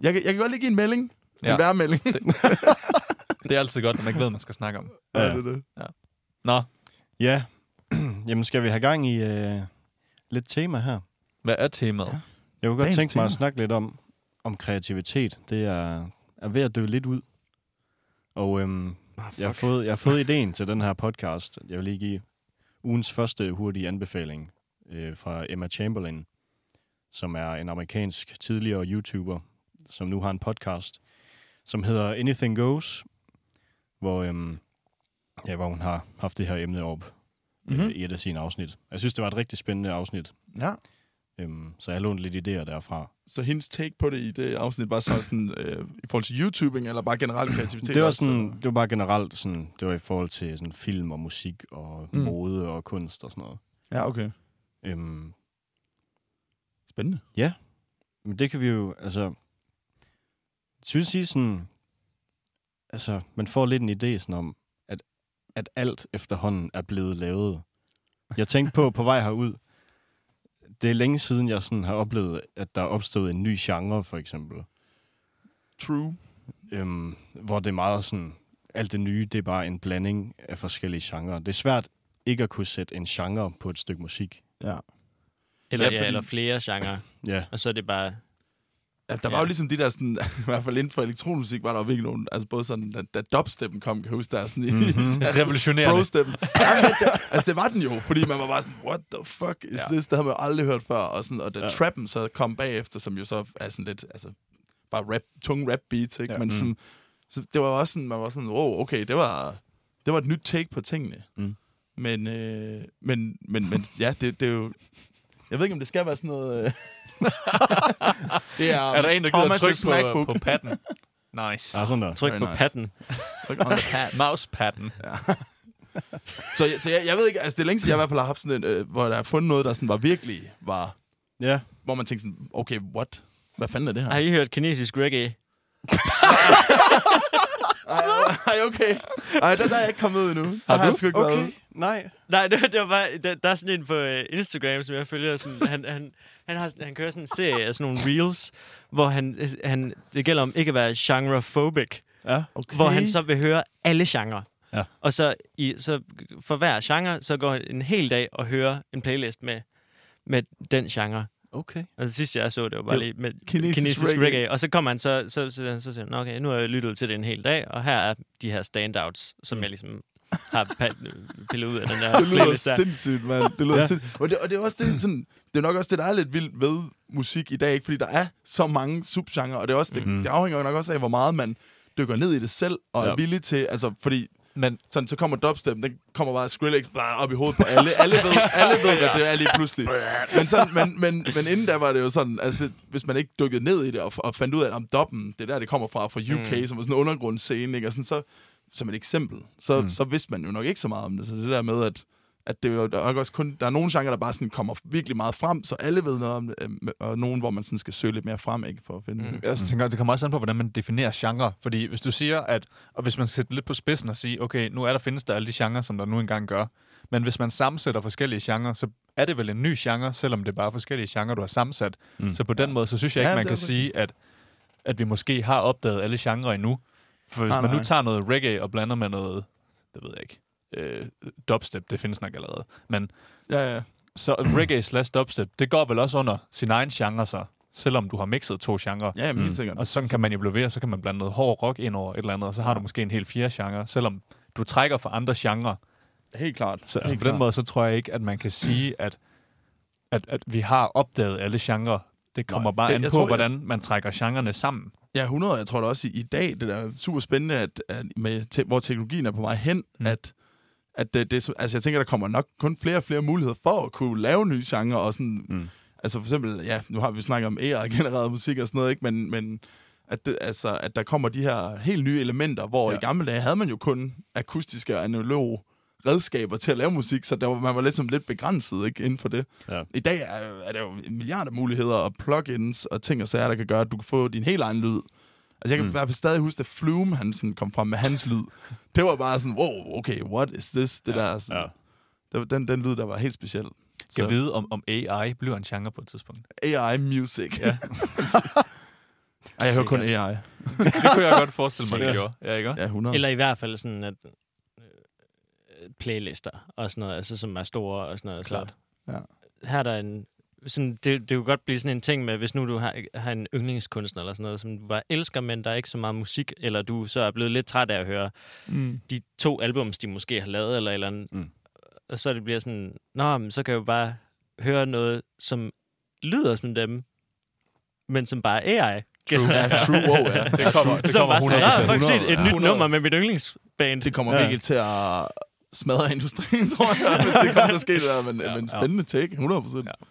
Speaker 3: jeg, kan- jeg kan godt lige give en melding. En
Speaker 2: Ja.
Speaker 3: vejrmelding.
Speaker 2: Det er altid godt, når man ikke ved, man skal snakke om.
Speaker 3: Ja.
Speaker 4: Ja.
Speaker 3: det er det.
Speaker 2: Nå,
Speaker 4: Ja. Jamen, skal vi have gang i øh, lidt tema her?
Speaker 2: hvad er temaet?
Speaker 4: Jeg kunne godt
Speaker 3: Dagens
Speaker 4: tænke mig at
Speaker 3: tema.
Speaker 4: snakke lidt om, om kreativitet. Det er, er ved at dø lidt ud. Og øhm,
Speaker 3: Ah,
Speaker 4: jeg, har fået, jeg har fået ideen til den her podcast. Jeg vil lige give ugens første hurtige anbefaling øh, fra Emma Chamberlain, som er en amerikansk tidligere YouTuber, som nu har en podcast, som hedder Anything Goes, hvor, øhm, ja, hvor hun har haft det her emne op mm-hmm.
Speaker 3: Mhm.
Speaker 4: i et af sine afsnit. Jeg synes, det var et rigtig spændende afsnit,
Speaker 3: Ja.
Speaker 4: øhm, så jeg lånte lidt idéer derfra.
Speaker 3: Så hendes take på det i det afsnit var så sådan, øh, i forhold til YouTubing, eller bare generelt kreativitet?
Speaker 4: Det var,
Speaker 3: også,
Speaker 4: sådan,
Speaker 3: eller?
Speaker 4: det var bare generelt sådan, det var i forhold til sådan film og musik og mm.
Speaker 3: Mm.
Speaker 4: mode og kunst og sådan noget.
Speaker 3: Ja, okay.
Speaker 4: Øhm,
Speaker 3: Spændende.
Speaker 4: men det kan vi jo, altså, synes I sådan, altså, man får lidt en idé sådan om, at, at alt efterhånden er blevet lavet. Jeg tænkte på, på vej herud, det er længe siden, jeg sådan har oplevet, at der er opstået en ny genre, for eksempel.
Speaker 3: True.
Speaker 4: øhm, hvor det er meget sådan, alt det nye, det er bare en blanding af forskellige genrer. Det er svært ikke at kunne sætte en genre på et stykke musik.
Speaker 3: Ja.
Speaker 1: Eller,
Speaker 3: Ja,
Speaker 1: ja,
Speaker 3: fordi-
Speaker 1: eller flere genrer.
Speaker 4: Ja,
Speaker 1: Og så er det bare...
Speaker 3: ja der var jo
Speaker 1: Ja.
Speaker 3: ligesom de der sådan, i hvert fald inden for elektronismusik, var der jo virkelig nogen, altså både sådan, da, da dubsteppen kom, kan jeg huske, der er sådan i,
Speaker 4: Mhm.
Speaker 3: mm-hmm.
Speaker 2: Revolutionerende.
Speaker 3: Bro-steppen. Ja, men det, altså, det var den jo, fordi man var bare sådan, what the fuck is
Speaker 2: Ja.
Speaker 3: ja. this? Det havde man jo aldrig hørt før. Og, sådan, og da
Speaker 4: Ja.
Speaker 3: ja. trappen så kom bagefter, som jo så er sådan lidt, altså, bare rap, tung rap beats, ikke? Ja.
Speaker 4: Ja.
Speaker 3: Men
Speaker 4: Mm.
Speaker 3: sådan, så det var også sådan, man var sådan, wow, okay, det var, det var et nyt take på tingene.
Speaker 4: Mm.
Speaker 3: Men, øh, men, men, men ja, det, det er jo... Jeg ved ikke, om det skal være sådan noget... Øh, det er,
Speaker 2: Er der en, der gider
Speaker 3: Thomas'
Speaker 2: trykke på,
Speaker 3: MacBook. Altså.
Speaker 2: på patten? Nice.
Speaker 4: ah, sådan der.
Speaker 1: Tryk
Speaker 3: Very
Speaker 1: på
Speaker 3: nice.
Speaker 1: patten.
Speaker 3: Tryk on the pad.
Speaker 2: Mouse-patten.
Speaker 3: Så, jeg, så jeg, jeg ved ikke, altså det er længe siden, jeg i hvert fald har haft sådan en, øh, hvor der er fundet noget, der sådan var virkelig, var
Speaker 4: Ja.
Speaker 3: hvor man tænkte sådan, okay, what? Hvad fanden er det her?
Speaker 1: Har I hørt kinesisk reggae?
Speaker 3: Ej, okay. Ej, den der er jeg ikke kommet ud endnu. Har
Speaker 2: du?
Speaker 3: Jeg sgu ikke været ude.
Speaker 4: nej.
Speaker 1: Nej, det, det var bare, der, der er sådan en på øh, Instagram, som jeg følger, som han, han, han, har, sådan- han kører sådan en serie af sådan nogle reels, hvor han, øh, han, det gælder om ikke at være genrephobic,
Speaker 4: Ja.
Speaker 3: Okay.
Speaker 1: hvor han så vil høre alle genrer.
Speaker 4: Ja.
Speaker 1: Og så, i, så for hver genre, så går han en hel dag og hører en playlist med, med den genre.
Speaker 4: Okay.
Speaker 1: Og det sidste Altså, jeg så, det var bare
Speaker 3: Det-
Speaker 1: lige med
Speaker 3: kinesisk
Speaker 1: kinesisk, kinesisk reggae.
Speaker 3: reggae.
Speaker 1: reggae. Og så kommer han så, så, så, så siger han, "Nå, okay, nu har jeg lyttet til det en hel dag, og her er de her standouts, som jeg ligesom har pa- pillet ud af den der
Speaker 3: Det lyder
Speaker 1: playlist der.
Speaker 3: sindssygt, mand. Det lyder
Speaker 4: Ja.
Speaker 3: ja. sindssygt. Og det, og det er også det, sådan, det er nok også det, der er lidt vildt ved musik i dag, ikke? fordi der er så mange subgenre, og det, er også, det, mm. det afhænger jo nok også af, hvor meget man dykker ned i det selv, og ja. er
Speaker 2: Ja.
Speaker 3: villig til, altså fordi
Speaker 2: Men
Speaker 3: sådan, så kommer dubstep, den kommer bare Skrillex bla, op i hovedet på alle. Alle ved, alle ved hvad det er lige pludselig. Men, sådan, men, men, men inden da var det jo sådan, altså, det, hvis man ikke dykkede ned i det og, og fandt ud af, om dubben, det er der, det kommer fra, fra UK, mm. som var sådan en undergrundsscene, ikke? Og sådan, så, som et eksempel, så, mm. så vidste man jo nok ikke så meget om det. Så det der med, at, at det er jo der er nok også kun, der er nogle genrer, der bare sådan kommer virkelig meget frem, så alle ved noget om det, øhm, og nogen, hvor man sådan skal søge lidt mere frem, ikke, for at finde mm.
Speaker 2: jeg også tænker, det kommer også an på, hvordan man definerer genre. Fordi hvis du siger, at og hvis man sætter lidt på spidsen og siger, okay, nu er der findes der alle de genrer, som der nu engang gør. Men hvis man sammensætter forskellige genrer, så er det vel en ny genre, selvom det er bare forskellige genrer, du har sammensat. Mm. Så på den måde, så synes jeg ikke,
Speaker 3: Ja,
Speaker 2: ja, man
Speaker 3: det er
Speaker 2: kan
Speaker 3: det.
Speaker 2: sige, at, at vi måske har opdaget alle genrer endnu. For hvis
Speaker 3: Nej,
Speaker 2: nej, man nu
Speaker 3: nej.
Speaker 2: tager noget reggae og blander med noget, det ved jeg ikke, øh, dubstep, det findes nok allerede. Men
Speaker 3: Ja, ja.
Speaker 2: så reggae slash dubstep, det går vel også under sin egen genre så, selvom du har mixet to genrer.
Speaker 3: Ja, jamen, helt sikkert.
Speaker 2: Og sådan kan man jo blive ved, og så kan man blande noget hård rock ind over et eller andet, og så har du måske en helt fjerde genre, selvom du trækker fra andre genrer.
Speaker 3: Helt klart.
Speaker 2: Så
Speaker 3: helt
Speaker 2: altså, på
Speaker 3: klart.
Speaker 2: den måde, så tror jeg ikke, at man kan sige, at, at, at vi har opdaget alle genrer. Det kommer bare
Speaker 3: Jeg-
Speaker 2: an
Speaker 3: jeg
Speaker 2: på,
Speaker 3: tror, jeg-
Speaker 2: hvordan man trækker genrerne sammen.
Speaker 3: Ja, 100. Jeg tror da også i, i dag, det der er super spændende, at, at med te, hvor teknologien er på vej hen, mm. at, at det, det, er så- altså jeg tænker, der kommer nok kun flere og flere muligheder for at kunne lave nye genrer og sådan... Mm. Altså for eksempel, ja, nu har vi snakket om AI-genereret musik og sådan noget, ikke? Men, men at, det, altså, at der kommer de her helt nye elementer, hvor ja. i gamle dage havde man jo kun akustiske og analoge redskaber til at lave musik, så der var, man var ligesom lidt begrænset ikke, inden for det.
Speaker 4: Ja.
Speaker 3: I dag er, er der jo en milliard af muligheder og plugins og ting og sager, der kan gøre, at du kan få din helt egen lyd. Altså, jeg kan mm. i hvert fald stadig huske, at Flume, han sådan kom frem med hans lyd. Det var bare sådan, wow, okay, what is this? Det ja, der, sådan, ja.
Speaker 4: ja.
Speaker 3: det var den, den lyd, der var helt speciel.
Speaker 2: Skal
Speaker 3: Så-
Speaker 2: vide, om, om AI bliver en genre på et tidspunkt.
Speaker 3: AI music. Ja. Ej, jeg hører kun AI.
Speaker 2: Det kunne jeg godt forestille mig, det
Speaker 1: Sikkert.
Speaker 2: gjorde. Ja, ikke?
Speaker 3: Ja, 100.
Speaker 1: Eller i hvert fald sådan, at øh, playlister og sådan noget, altså, som er store og sådan noget.
Speaker 2: Klart.
Speaker 3: Ja.
Speaker 1: Her er der en... Sådan, det, det kunne godt blive sådan en ting med, hvis nu du har, har en yndlingskunstner eller sådan noget, som du bare elsker, men der er ikke så meget musik, eller du så er blevet lidt træt af at høre
Speaker 3: Mm.
Speaker 1: de to albums, de måske har lavet, eller et eller andet.
Speaker 4: Mm.
Speaker 1: Mm. Og så det bliver sådan, nå, men så kan jeg jo bare høre noget, som lyder som dem, men som bare er AI.
Speaker 2: True.
Speaker 3: Ja, true, wow, ja.
Speaker 2: Det kommer, det
Speaker 1: så
Speaker 2: kommer
Speaker 1: bare sådan,
Speaker 2: 100
Speaker 1: der er faktisk
Speaker 3: 100%,
Speaker 1: et, et nyt
Speaker 2: 100.
Speaker 1: nummer med mit yndlingsband.
Speaker 3: Det kommer ja.
Speaker 4: Ja.
Speaker 3: virkelig til at smadre industrien, tror jeg, hvis det kommer til at ske det der. Men, ja,
Speaker 2: Ja,
Speaker 3: men spændende take, 100 procent.
Speaker 2: Ja.
Speaker 3: Ja.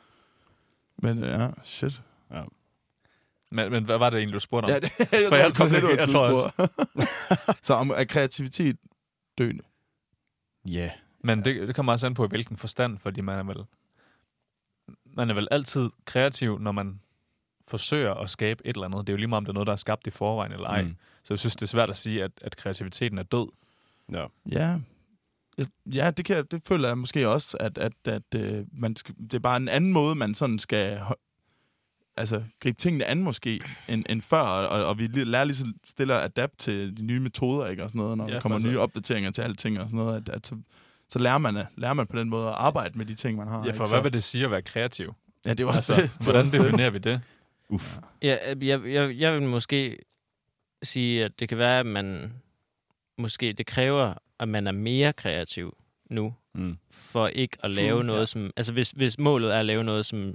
Speaker 3: Men øh, ja, shit.
Speaker 2: Men, men hvad var det egentlig, du spurgte om?
Speaker 3: Ja, det, jeg tror,
Speaker 2: jeg
Speaker 3: jeg kom
Speaker 2: tror,
Speaker 3: lidt ud af
Speaker 2: jeg tror også-
Speaker 3: tidsspor. Så om, er kreativitet døende?
Speaker 4: Ja.
Speaker 2: Men det, det kommer også an på, i hvilken forstand, fordi man er vel, man er vel altid kreativ, når man forsøger at skabe et eller andet. Det er jo lige meget, om det er noget, der er skabt i forvejen eller ej. Mm.
Speaker 4: Mm.
Speaker 2: Så jeg synes, det er svært at sige, at, at kreativiteten er død.
Speaker 4: Ja.
Speaker 3: Ja. Jeg- Ja, det, kan, jeg- det føler jeg måske også, at, at, at øh, man skal, det er bare en anden måde, man sådan skal ho- altså, gribe tingene an måske, end, end før, og, og vi li- lærer lige så stille at adapte til de nye metoder, ikke, og sådan noget, når
Speaker 2: Ja,
Speaker 3: ja, der kommer
Speaker 2: for
Speaker 3: nye
Speaker 2: så-
Speaker 3: opdateringer til alting og sådan noget, at, at så, så lærer, man, at- lærer man på den måde at arbejde med de ting, man har.
Speaker 2: Ja,
Speaker 3: ikke?
Speaker 2: for
Speaker 3: så,
Speaker 2: hvad vil det sige at være kreativ?
Speaker 3: ja det var også
Speaker 2: Altså,
Speaker 3: det.
Speaker 2: hvordan definerer vi det?
Speaker 4: Uff.
Speaker 1: Ja, øh, jeg, jeg, jeg vil måske sige, at det kan være, at man måske det kræver, at man er mere kreativ nu,
Speaker 4: Mm.
Speaker 1: for ikke at
Speaker 3: True,
Speaker 1: lave noget,
Speaker 3: ja.
Speaker 1: som... Altså, hvis, hvis målet er at lave noget, som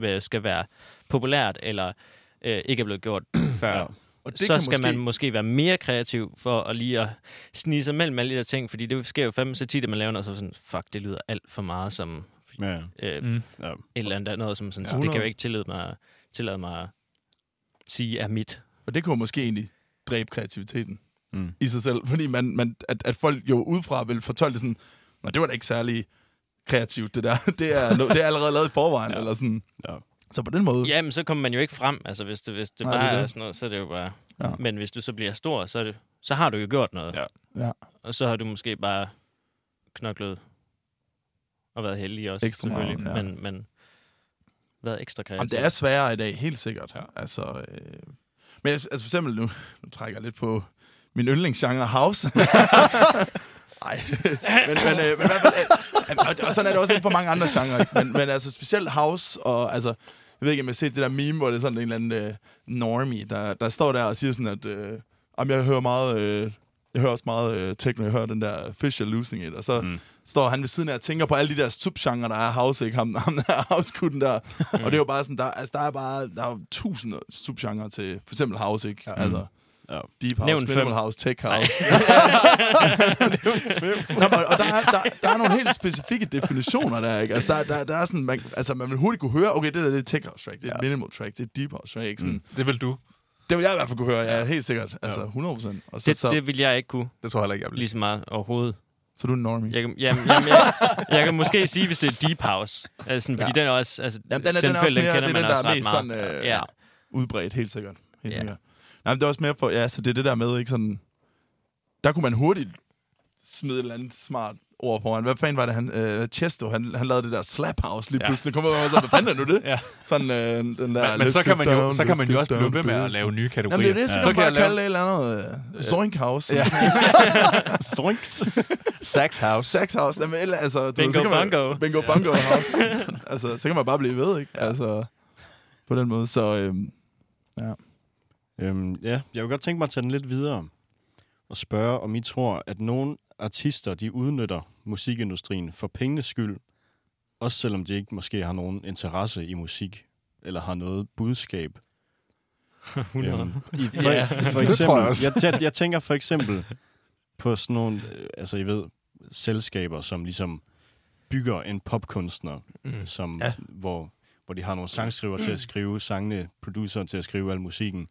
Speaker 1: øh, skal være populært, eller øh, ikke er blevet gjort før,
Speaker 4: Ja.
Speaker 3: Og det
Speaker 1: så
Speaker 3: kan
Speaker 1: skal
Speaker 3: måske-
Speaker 1: man måske være mere kreativ for at lige at snige sig mellem alle de der ting, fordi det sker jo fandme så tit, at man laver noget så sådan, fuck, det lyder alt for meget som
Speaker 4: Ja.
Speaker 1: øh,
Speaker 2: Mm.
Speaker 4: ja.
Speaker 1: et eller andet, noget, som sådan,
Speaker 3: Ja.
Speaker 1: ja. det kan jeg jo
Speaker 3: 100.
Speaker 1: ikke tillade mig, tillade mig at sige er mit.
Speaker 3: Og det kunne måske egentlig dræbe kreativiteten mm.
Speaker 4: Mm.
Speaker 3: i sig selv. Fordi man, man, at, at folk jo udefra vil fortolke det sådan, Nå, det var da ikke særlig kreativt, det der. Det er, no- det er allerede lavet i forvejen, ja. eller sådan. Ja.
Speaker 4: Ja.
Speaker 3: Så på den måde...
Speaker 1: Jamen, så kommer man jo ikke frem. Altså, hvis det, hvis det
Speaker 3: Nej,
Speaker 1: Nej,
Speaker 3: det er
Speaker 1: bare det er,
Speaker 3: det.
Speaker 1: sådan noget, så er det jo bare...
Speaker 3: Ja.
Speaker 1: Ja. Men hvis du så bliver stor, så, er det, så har du jo gjort noget.
Speaker 2: Ja.
Speaker 3: Ja.
Speaker 1: Og så har du måske bare knoklet og været heldig også,
Speaker 3: Ekstra
Speaker 1: selvfølgelig.
Speaker 3: meget, ja.
Speaker 1: Men, men været ekstra
Speaker 3: Jamen,
Speaker 1: kreativ.
Speaker 3: det er sværere i dag, helt sikkert. altså. Ja.
Speaker 2: Ja.
Speaker 3: Altså, øh, men jeg, altså for eksempel, nu, nu trækker jeg lidt på min yndlingsgenre house. Nej, men, men, øh, men i hvert fald, øh, og- og sådan er det også inden for mange andre genrer. ikke? Men, men altså specielt house, og altså, jeg ved ikke, om jeg har set det der meme, hvor det er sådan en eller anden øh, normie, der, der står der og siger sådan, at øh, om jeg hører meget... Øh, Jeg hører også meget øh, techno, jeg hører den der Fisher Losing It, og så mm. står han ved siden af og tænker på alle de der subgenre, der er house, ikke? Ham, ham der er house der. Mm. Og det er jo bare sådan, der, altså, der er bare der er jo tusind subgenre til for eksempel house, ikke? Ja. Altså,
Speaker 4: Ja.
Speaker 3: Deep House,
Speaker 1: Nævn
Speaker 3: Minimal
Speaker 1: fem.
Speaker 3: House, Tech House. Nå, men, og der er, der, der er nogle helt specifikke definitioner der, ikke? Altså, der, der, der er sådan, man, altså, man vil hurtigt kunne høre, okay, det der det er et Tech House track, det er et Minimal track, det er et Deep House track, ikke? Sådan,
Speaker 2: Det vil du.
Speaker 3: Det vil jeg i hvert fald kunne høre, ja, helt sikkert. Altså, 100 procent. Og så,
Speaker 1: Det,
Speaker 3: så,
Speaker 1: det vil jeg ikke kunne,
Speaker 2: Det tror jeg heller ikke, jeg vil.
Speaker 1: lige så meget overhovedet.
Speaker 3: så er du en normie.
Speaker 1: Jeg, kan- jamen, jamen, jeg, jeg kan måske sige, hvis det er Deep House. Altså, fordi ja. den er også... Altså,
Speaker 3: Jamen, den er, den, den er også
Speaker 1: føler-
Speaker 3: mere, det er den, der
Speaker 1: også
Speaker 3: er
Speaker 1: ret
Speaker 3: mest
Speaker 1: meget.
Speaker 3: sådan, øh,
Speaker 1: ja.
Speaker 3: ja. udbredt, helt sikkert. Helt
Speaker 1: Ja.
Speaker 3: ja. sikkert. Nej, men det er også mere for, ja, så det er det der med, ikke sådan, der kunne man hurtigt smide et eller andet smart ord foran. Hvad fanden var det, han, øh, Chesto, han, han lavede det der slap house lige
Speaker 2: Ja.
Speaker 3: ja. pludselig. Kommer man så, hvad fanden er nu det?
Speaker 2: Ja.
Speaker 3: Sådan, øh, den der,
Speaker 2: Men, men
Speaker 3: let's
Speaker 2: så
Speaker 3: get
Speaker 2: kan man jo,
Speaker 3: down,
Speaker 2: så kan man
Speaker 3: let's
Speaker 2: jo også
Speaker 3: get
Speaker 2: blive ved
Speaker 3: down
Speaker 2: med
Speaker 3: to
Speaker 2: at
Speaker 3: this.
Speaker 2: lave nye kategorier.
Speaker 3: Jamen, det er jo det, så kan
Speaker 2: Ja. Så
Speaker 3: man
Speaker 2: kan
Speaker 3: bare
Speaker 2: jeg lave-
Speaker 3: kalde det et eller andet øh, Zoink House.
Speaker 2: Ja.
Speaker 3: Ja.
Speaker 4: Zoinks.
Speaker 3: øh,
Speaker 2: Sax House.
Speaker 3: Sex House. Jamen, et eller, altså, du
Speaker 1: Bingo
Speaker 3: så kan man,
Speaker 1: bongo.
Speaker 3: Bingo Bongo House. altså, så kan man bare blive ved, ikke? Ja. Altså, på den måde. Så øhm,
Speaker 4: Øhm, ja, jeg vil godt tænke mig at tage den lidt videre og spørge, om I tror, at nogle artister, de udnytter musikindustrien for pengenes skyld, også selvom de ikke måske har nogen interesse i musik, eller har noget budskab.
Speaker 3: øh,
Speaker 4: øhm, i,
Speaker 2: Ja,
Speaker 4: for, yeah, for
Speaker 2: det tror
Speaker 4: eksempel,
Speaker 2: jeg
Speaker 4: det tror jeg,
Speaker 2: også.
Speaker 4: også. Jeg, tæ- jeg tænker for eksempel på sådan nogle, øh, altså I ved, selskaber, som ligesom bygger en popkunstner, mm. som, ja. hvor, hvor de har nogle sangskriver mm. til at skrive sangene, producer til at skrive al musikken,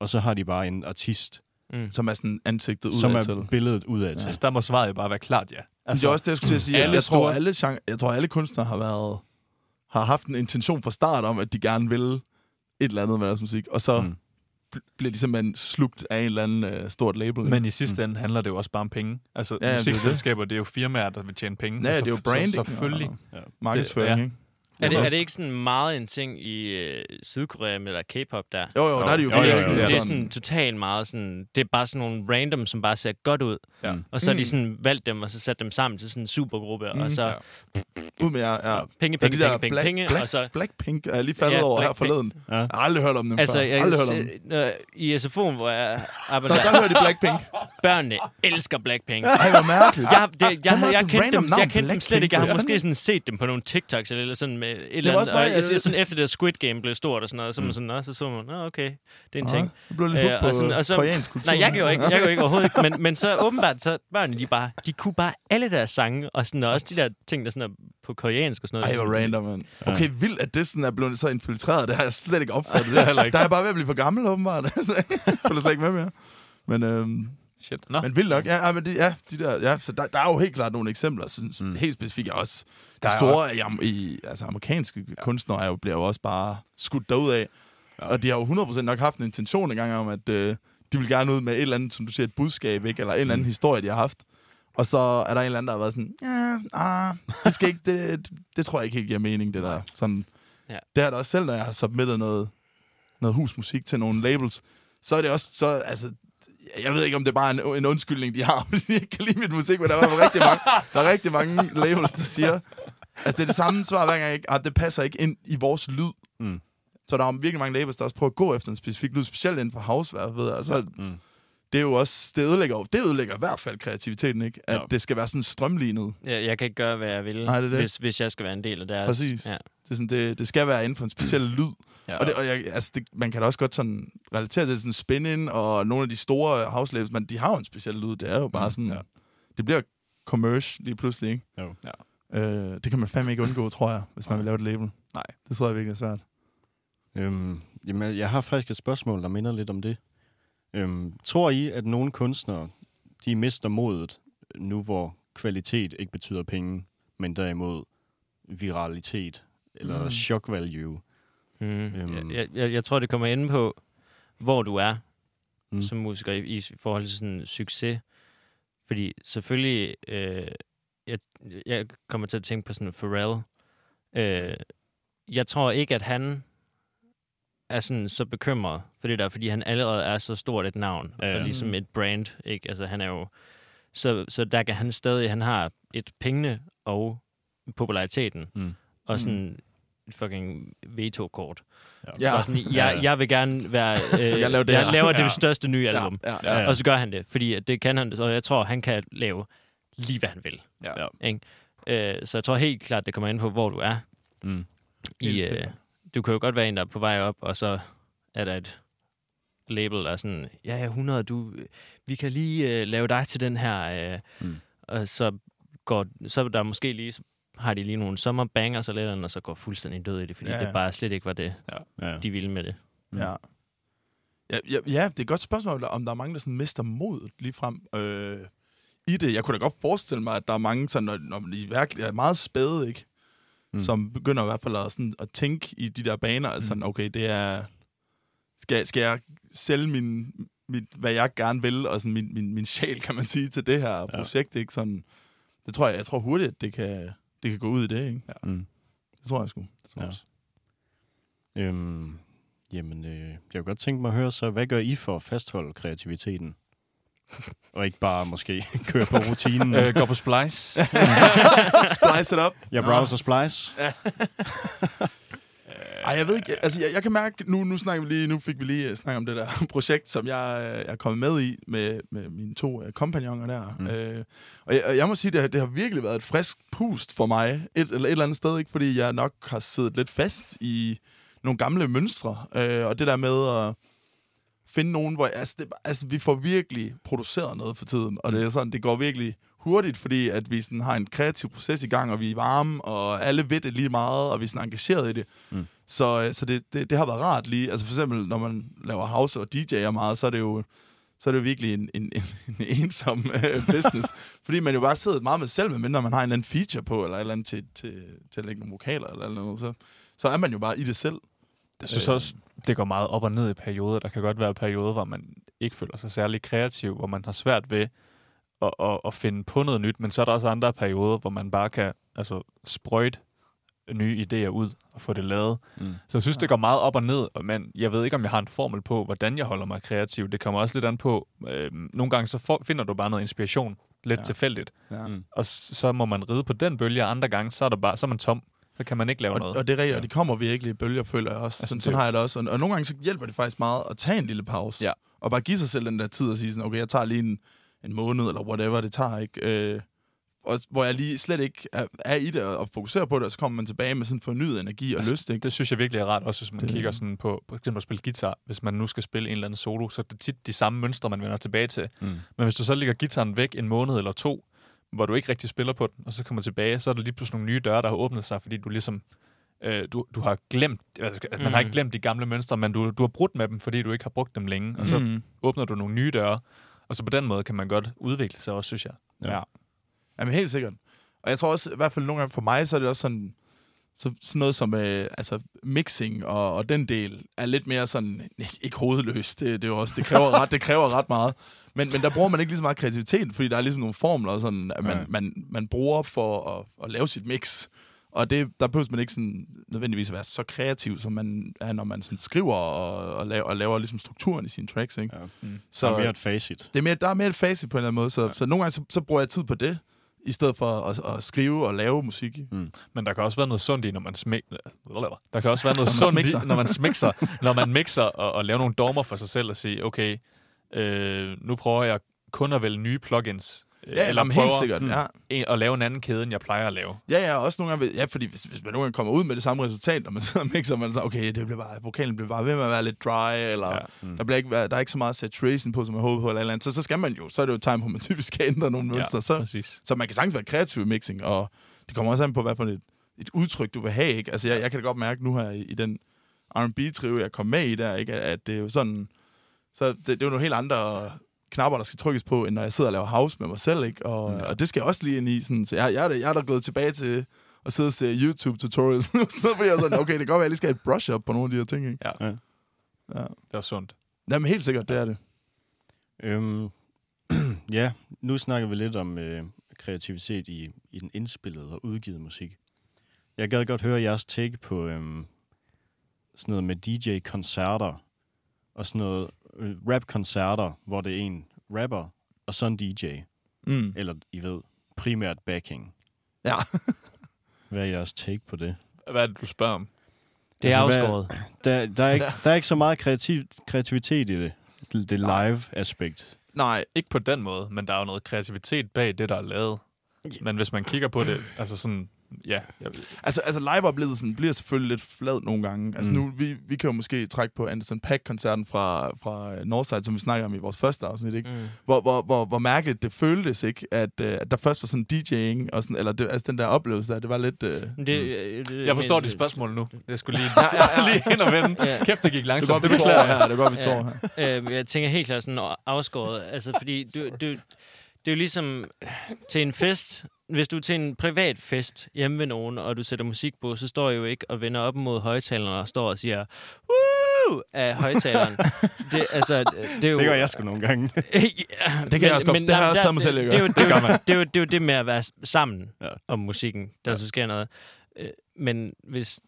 Speaker 4: og så har de bare en artist,
Speaker 1: Mm.
Speaker 3: som er sådan ansigtet ud
Speaker 4: som
Speaker 3: af
Speaker 4: er
Speaker 3: til.
Speaker 4: billedet ud af til.
Speaker 2: Altså, der må svaret jo bare være klart, ja.
Speaker 3: Men det er også det, jeg skulle til at sige.
Speaker 2: altså, alle
Speaker 3: jeg, tror,
Speaker 2: store-
Speaker 3: alle genre, jeg tror, alle kunstnere har været har haft en intention fra start om, at de gerne vil et eller andet med deres musik, og så
Speaker 4: Mm.
Speaker 3: mm. bliver de simpelthen slugt af en eller anden øh, stort label. ikke?
Speaker 2: Men i sidste ende handler det jo også bare om penge. Altså,
Speaker 3: Ja,
Speaker 2: Mm. ja,
Speaker 3: ja, det er
Speaker 2: musikselskaber, det er jo firmaer, der vil tjene penge.
Speaker 3: ja,
Speaker 2: Så-
Speaker 3: det er jo
Speaker 2: så-
Speaker 3: branding.
Speaker 2: Så, selvfølgelig.
Speaker 3: og
Speaker 4: Ja.
Speaker 3: Markedsføring,
Speaker 2: Det- ja.
Speaker 3: ikke?
Speaker 1: Er, det, er det ikke sådan meget en ting i øh, Sydkorea med der K-pop der?
Speaker 3: Jo, jo, der er det jo,
Speaker 1: Det er,
Speaker 3: virkelig
Speaker 1: jo, sådan,
Speaker 3: sådan-
Speaker 1: det er sådan totalt meget sådan... Det er bare sådan nogle random, som bare ser godt ud.
Speaker 2: Ja.
Speaker 1: Og så har de
Speaker 3: Mm.
Speaker 1: sådan valgt dem, og så sat dem sammen til sådan en supergruppe, og så
Speaker 2: Ja.
Speaker 3: Ud med jer, ja.
Speaker 1: penge,
Speaker 3: Ja,
Speaker 1: penge, penge, penge,
Speaker 3: Black,
Speaker 1: penge,
Speaker 3: Black,
Speaker 1: og så...
Speaker 3: Blackpink er jeg lige faldet
Speaker 1: Ja,
Speaker 3: ja, over her
Speaker 1: Blackpink.
Speaker 3: forleden.
Speaker 4: Ja.
Speaker 3: Jeg har aldrig hørt om dem
Speaker 1: Altså,
Speaker 3: før.
Speaker 1: jeg,
Speaker 3: aldrig hørt om dem.
Speaker 1: se- når, i SFO'en, hvor jeg
Speaker 3: Der,
Speaker 1: arbejder,
Speaker 3: der hører de Blackpink.
Speaker 1: børnene elsker Blackpink.
Speaker 3: Ej, hvor mærkeligt.
Speaker 1: Jeg, det, jeg, jeg,
Speaker 3: har
Speaker 1: jeg
Speaker 3: Ah, sådan
Speaker 1: kendte,
Speaker 3: random
Speaker 1: dem,
Speaker 3: navn,
Speaker 1: jeg kendte dem slet
Speaker 3: Blackpink.
Speaker 1: ikke. Jeg har
Speaker 3: Hvordan?
Speaker 1: måske sådan set dem på nogle TikToks eller sådan med et eller andet.
Speaker 3: også mig,
Speaker 1: Og,
Speaker 3: altså,
Speaker 1: altså,
Speaker 3: jeg-
Speaker 1: sådan efter det Squid Game blev stort og sådan noget, så, mm. sådan, "Nå," så så man, Nå, okay, det er en ting.
Speaker 3: Så blev jeg lidt
Speaker 1: Øh,
Speaker 3: hooked på
Speaker 1: og sådan- og så-
Speaker 3: koreansk kultur.
Speaker 1: Nej, jeg kan jo ikke, jeg kan jo ikke overhovedet ikke. Men, men så åbenbart, så børnene, de, bare, de kunne bare alle deres sange, og, sådan, og også de der ting, der sådan er på koreansk og sådan noget.
Speaker 3: Ej, hvor random, mand. Okay, vildt, at det sådan er blevet så infiltreret. Det har jeg slet ikke opfattet. Det er heller ikke. Der er jeg bare ved at blive for gammel, åbenbart. Altså, jeg Følger slet ikke med mere. Men, øhm,
Speaker 2: Shit. Nå.
Speaker 3: men vildt nok. Ja, ja, men det, ja, de der, ja, så der, der er jo helt klart nogle eksempler. Sådan, mm. Helt specifikt også. De
Speaker 2: Der er
Speaker 3: store i, am- i, altså, amerikanske ja. kunstnere er jo, bliver jo også bare skudt derud af. Ja. Og de har jo 100% nok haft en intention engang om, at øh, de vil gerne ud med et eller andet, som du siger, et budskab, ikke? eller en eller anden historie, de har haft. Og så er der en eller anden, der har været sådan, ja, ah, det, skal ikke, det, det tror jeg ikke helt giver mening, det der. Sådan,
Speaker 1: Ja.
Speaker 3: ja. Det er det også selv, når jeg har submittet noget, noget husmusik til nogle labels. Så er det også, så, altså, jeg ved ikke, om det er bare en, en undskyldning, de har, fordi de ikke kan lide mit musik, men der er i hvert fald rigtig mange, der er rigtig mange labels, der siger, altså det er det samme svar hver gang, ikke? Ah, det passer ikke ind i vores lyd.
Speaker 4: Mm.
Speaker 3: Så der er virkelig mange labels, der også prøver at gå efter en specifik lyd, specielt inden for house, hvad ved jeg. Altså,
Speaker 4: Mm.
Speaker 3: det er jo også, det ødelægger, jo- det ødelægger i hvert fald kreativiteten, ikke? At
Speaker 4: Ja.
Speaker 3: det skal være sådan strømlignet.
Speaker 1: Jeg, jeg kan ikke gøre, hvad jeg vil,
Speaker 3: Nej, det er det.
Speaker 1: Hvis, hvis jeg skal være en del af deres.
Speaker 3: Præcis.
Speaker 1: Ja.
Speaker 3: Det, er sådan, det, det skal være inden for en speciel lyd. Ja. Og, det, og jeg, altså det, man kan da også godt sådan relatere til sådan spin-in og nogle af de store house labels, men de har jo en speciel lyd. Det er jo bare sådan...
Speaker 4: Mm, ja.
Speaker 3: Ja. Det bliver commerce lige pludselig, ikke?
Speaker 4: Jo.
Speaker 3: Øh, det kan man fandme ikke undgå, tror jeg, hvis man vil lave et label.
Speaker 2: Nej.
Speaker 3: Det tror jeg virkelig er svært.
Speaker 4: Øhm, jamen, jeg har faktisk et spørgsmål, der minder lidt om det. Øhm, tror I, at nogle kunstnere, de mister modet, nu hvor kvalitet ikke betyder penge, men derimod viralitet eller mm.
Speaker 3: Mm.
Speaker 4: shock value?
Speaker 1: Mm.
Speaker 4: Øhm.
Speaker 1: Øhm. Jeg, jeg, jeg tror, det kommer ind på, hvor du er
Speaker 4: Mm.
Speaker 1: mm. som musiker i, i forhold til sådan succes. Fordi selvfølgelig, øh, jeg, jeg kommer til at tænke på sådan Pharrell. Øh, jeg tror ikke, at han er sådan så bekymret for det der, fordi han allerede er så stort et navn,
Speaker 4: Ja, ja.
Speaker 1: og ligesom
Speaker 3: Mm.
Speaker 1: et brand, ikke? Altså han er jo... Så, så der kan han stadig, han har et pengene og populariteten,
Speaker 4: Mm.
Speaker 1: og sådan et fucking veto-kort.
Speaker 3: Ja.
Speaker 1: Ja. Sådan, jeg, jeg vil gerne være... Øh,
Speaker 3: Jeg laver det
Speaker 1: jeg
Speaker 3: her.
Speaker 1: laver det
Speaker 2: Ja.
Speaker 1: største nye album.
Speaker 3: ja, ja.
Speaker 4: Ja, ja.
Speaker 1: Og så gør han det, fordi at det kan han, og jeg tror, han kan lave lige, hvad han vil.
Speaker 2: Ja.
Speaker 4: Ja.
Speaker 1: Ikke? Øh, så jeg tror helt klart, det kommer ind på, hvor du er.
Speaker 4: Mm.
Speaker 1: I,
Speaker 2: Helt
Speaker 1: øh,
Speaker 2: sikkert.
Speaker 1: du kan jo godt være en, der er på vej op, og så er der et label, der er sådan, ja, ja, 100, du, vi kan lige øh, lave dig til den her. Øh,
Speaker 4: Mm.
Speaker 1: mm. Og så går, så er der måske lige, så har de lige nogle sommerbanger, eller et eller andet, og så går fuldstændig død i det, fordi
Speaker 3: Ja,
Speaker 1: ja,
Speaker 3: ja.
Speaker 1: det bare slet ikke var det,
Speaker 4: Ja.
Speaker 1: de ville med det.
Speaker 3: Ja. Ja, ja, ja, det er et godt spørgsmål, om der er mange, der sådan mister modet lige frem øh, i det. Jeg kunne da godt forestille mig, at der er mange, sådan, når, når de virkelig er meget spæde, ikke? Mm. som begynder i hvert fald at, sådan, at tænke i de der baner, altså sådan, okay, det er... Skal, skal jeg sælge min, mit, hvad jeg gerne vil, og sådan min, min, min sjæl, kan man sige, til det her
Speaker 4: Ja.
Speaker 3: projekt, ikke? Sådan, det tror jeg, jeg tror hurtigt, at det kan, det kan gå ud i det, ikke?
Speaker 4: Mm.
Speaker 3: Det tror jeg sgu.
Speaker 4: Ja. Øhm, jamen, øh, jeg kunne godt tænke mig at høre så, hvad gør I for at fastholde kreativiteten? Og ikke bare måske køre på rutinen.
Speaker 2: Øh, går på Splice.
Speaker 3: Splice it up.
Speaker 4: jeg browser Splice.
Speaker 3: Ej, jeg ved ikke. Altså, jeg, jeg kan mærke, nu, nu, snakker vi lige, nu fik vi lige uh, snakket om det der projekt, som jeg, øh, jeg er kommet med i med, med mine to uh, kompagnoner der. Mm. Øh, og, jeg, og jeg må sige, det, har- det har virkelig været et frisk pust for mig, et eller et eller andet sted, ikke? fordi jeg nok har siddet lidt fast i nogle gamle mønstre, øh, og det der med at finde nogen, hvor altså, det, altså, vi får virkelig produceret noget for tiden, og det er sådan, det går virkelig hurtigt, fordi at vi sådan har en kreativ proces i gang, og vi er varme, og alle ved det lige meget, og vi er sådan engageret i det. Så, øh, så det, det, det har været rart lige. Altså for eksempel, når man laver house og DJ'er meget, så er det jo så er det jo virkelig en, en, en, en ensom øh, business. Fordi man jo bare sidder meget med sig selv, medmindre man har en eller anden feature på, eller et eller andet til, til, til at lægge nogle vokaler, eller noget, så, så er man jo bare i det selv.
Speaker 2: Jeg synes også, det går meget op og ned i perioder. Der kan godt være perioder, hvor man ikke føler sig særlig kreativ, hvor man har svært ved at, at, at finde på noget nyt, men så er der også andre perioder, hvor man bare kan altså, sprøjte nye idéer ud og få det lavet.
Speaker 4: Mm.
Speaker 2: Mm. Så jeg synes, det går meget op og ned, og men jeg ved ikke, om jeg har en formel på, hvordan jeg holder mig kreativ. Det kommer også lidt an på, øh, nogle gange så får, finder du bare noget inspiration, lidt ja. tilfældigt,
Speaker 3: Ja.
Speaker 4: Mm.
Speaker 2: og s- så må man ride på den bølge, og andre gange, så er, der bare, så er man tom. Så kan man ikke lave
Speaker 3: Og,
Speaker 2: noget.
Speaker 3: og det er rigtigt, og det kommer virkelig i bølger, føler jeg også. Altså, sådan,
Speaker 2: det-
Speaker 3: sådan har jeg det også. Og, og nogle gange så hjælper det faktisk meget at tage en lille pause.
Speaker 2: Ja.
Speaker 3: Og bare give sig selv den der tid og sige sådan, okay, jeg tager lige en, en måned, eller whatever det tager, ikke? Øh, og, s- hvor jeg lige slet ikke er, er i det og, og fokuserer på det, og så kommer man tilbage med sådan fornyet energi og
Speaker 2: Altså,
Speaker 3: lyst, ikke?
Speaker 2: Det synes jeg virkelig er rart, også hvis man
Speaker 3: Det-
Speaker 2: det... kigger sådan på, for eksempel at spille guitar. Hvis man nu skal spille en eller anden solo, så er det tit de samme mønstre, man vender tilbage til.
Speaker 4: Mm.
Speaker 2: Men hvis du så lægger gitaren væk en måned eller to, hvor du ikke rigtig spiller på den, og så kommer tilbage, så er der lige pludselig nogle nye døre, der har åbnet sig, fordi du ligesom, øh, du, du har glemt, altså, man har ikke
Speaker 1: Mm.
Speaker 2: glemt de gamle mønstre, men du, du har brudt med dem, fordi du ikke har brugt dem længe, og så
Speaker 3: Mm.
Speaker 2: åbner du nogle nye døre, og så på den måde kan man godt udvikle sig også, synes jeg.
Speaker 3: Ja. Jamen helt sikkert. Og jeg tror også, i hvert fald nogle gange for mig, så er det også sådan, så sådan noget som øh, altså mixing og, og den del er lidt mere sådan, ikke, ikke hovedløst, det, det, er jo også, det, kræver ret, det kræver ret meget. Men, men der bruger man ikke lige så meget kreativitet, fordi der er ligesom nogle formler, og sådan, at man,
Speaker 4: Nej.
Speaker 3: man, man bruger for at, at lave sit mix. Og det, der behøver man ikke sådan, nødvendigvis at være så kreativ, som man er, når man sådan skriver og, og, laver, og laver ligesom strukturen i sine tracks. Ikke?
Speaker 4: Ja.
Speaker 2: Mm.
Speaker 4: Så er mere et facit.
Speaker 3: Det er mere, der er mere et facit på en eller anden måde, så, ja. så nogle gange så, så bruger jeg tid på det, i stedet for at, at skrive og lave musik.
Speaker 2: Men der kan også være noget sundt i, når man smækker. Der kan også være noget
Speaker 3: Når man
Speaker 2: sundt
Speaker 3: smikser.
Speaker 2: i, når man smikser, når man mixer og, og laver nogle dogmer for sig selv og sige, okay, øh, nu prøver jeg kun at vælge nye plugins. øh,
Speaker 3: Ja, eller helt sikkert.
Speaker 2: mm,
Speaker 3: Ja.
Speaker 2: en- at lave en anden kæde, end jeg plejer at lave.
Speaker 3: ja, ja, også nogle gange, ved- ja, fordi hvis, hvis man nogle gange kommer ud med det samme resultat, når man sidder og mixer, man så, okay, det bliver bare, vokalen bliver bare ved med at være lidt dry, eller ja.
Speaker 2: Ja.
Speaker 3: der, bliver ikke, der er ikke så meget saturation på, som man håber på, eller, et eller andet. Så, så skal man jo, så er det jo et tegn på, at man typisk skal ændre nogle mønstre. Så,
Speaker 2: præcis.
Speaker 3: Så man kan sagtens være kreativ i mixing, og det kommer også an på, hvad for et, et udtryk du vil have. Ikke? Altså, jeg, jeg kan da godt mærke nu her i, i den R&B-trive, jeg kom med i der, ikke? at- at det er jo sådan... Så det, det er jo nogle helt andre knapper, der skal trykkes på, end når jeg sidder og laver house med mig selv. Ikke? Og, ja. og det skal jeg også lige ind i. Sådan, så jeg, jeg, er da, jeg er da gået tilbage til at sidde og se YouTube-tutorials nu, sådan noget, fordi jeg er sådan, okay, det kan godt være, at jeg lige skal have et brush-up på nogle af de her ting. Ikke?
Speaker 2: Det er sundt.
Speaker 3: Jamen helt sikkert, det er det.
Speaker 4: Øhm, ja, nu snakker vi lidt om øh, kreativitet i, i den indspillede og udgivet musik. Jeg gad godt høre jeres take på øhm, sådan noget med DJ-koncerter og sådan noget øh, rap-koncerter, hvor det er en rapper og så en DJ,
Speaker 3: Mm.
Speaker 4: eller I ved, primært backing.
Speaker 3: Ja.
Speaker 4: Hvad er jeres take på det?
Speaker 2: Hvad er det, du spørger om?
Speaker 1: Det er
Speaker 4: Altså, hvad-
Speaker 1: afskåret.
Speaker 4: Der, der, er ikke, der er ikke så meget kreativ, kreativitet i det. Det det live-aspekt.
Speaker 3: Nej,
Speaker 2: Ikke på den måde, men der er jo noget kreativitet bag det, der er lavet. Men hvis man kigger på det, altså sådan, ja, jeg,
Speaker 3: Altså, altså liveoplevelsen bliver selvfølgelig lidt flad nogle gange. Altså
Speaker 4: Mm.
Speaker 3: mm. nu, vi, vi kan jo måske trække på Anderson Pack-koncerten fra, fra øh, Northside, som vi snakker om i vores første afsnit, ikke?
Speaker 1: Mm.
Speaker 3: Hvor, hvor, hvor, hvor mærkeligt det føltes, ikke? At, øh, at der først var sådan DJ'ing, og sådan, eller det, altså den der oplevelse der, det var lidt... Øh, det
Speaker 1: Men Det, øh, det,
Speaker 2: jeg forstår
Speaker 1: men-
Speaker 2: de spørgsmål nu. Jeg skulle lige, lige hen og vende.
Speaker 1: Ja.
Speaker 2: Kæft, det gik
Speaker 3: er
Speaker 2: langsomt.
Speaker 3: godt, vi
Speaker 2: Altså, Det
Speaker 3: tår
Speaker 2: beklager jeg.
Speaker 3: her, det er godt, vi tår her.
Speaker 1: Øh, jeg tænker helt klart sådan afskåret. Altså, fordi du, du, det er jo ligesom til en fest. Hvis du er til en privat fest hjemme ved nogen, og du sætter musik på, så står jeg jo ikke og vender op mod højtaleren og står og siger, Woo! af højtaleren. det, altså, det, er jo,
Speaker 4: Det gør jeg sgu nogle gange.
Speaker 1: ja,
Speaker 3: kan jeg også godt- det har jeg også taget mig selv i at
Speaker 1: det,
Speaker 3: gøre.
Speaker 1: det, er jo- det, det, det, det, er jo- det er jo det med at være s- sammen
Speaker 4: Ja.
Speaker 1: ja. om musikken, der ja. så sker noget. Øh, Men hvis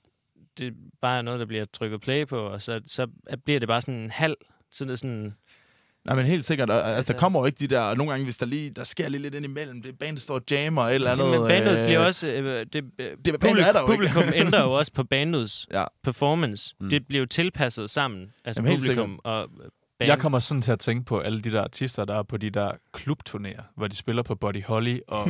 Speaker 1: det bare er noget, der bliver trykket play på, og så, så bliver det bare sådan en halv, så det er sådan,
Speaker 3: Nej, men helt sikkert. og- Altså, der
Speaker 1: Ja.
Speaker 3: kommer jo ikke de der... Og nogle gange, hvis der lige... Der sker lige lidt indimellem. Det er bandet, der står og jammer eller et eller andet.
Speaker 1: Men bandet
Speaker 3: øh,
Speaker 1: bliver også... Øh, det, øh,
Speaker 3: Det er
Speaker 1: publik,
Speaker 3: bandet er der jo ikke.
Speaker 1: publikum ændrer jo også på bandets
Speaker 3: Ja.
Speaker 1: ja. performance. Mm. Det bliver jo tilpasset sammen. Altså
Speaker 3: Jamen,
Speaker 1: Jamen,
Speaker 3: helt
Speaker 1: publikum og øh, band.
Speaker 2: Jeg kommer sådan til at tænke på alle de der artister, der er på de der klubturnéer, hvor de spiller på Buddy Holly og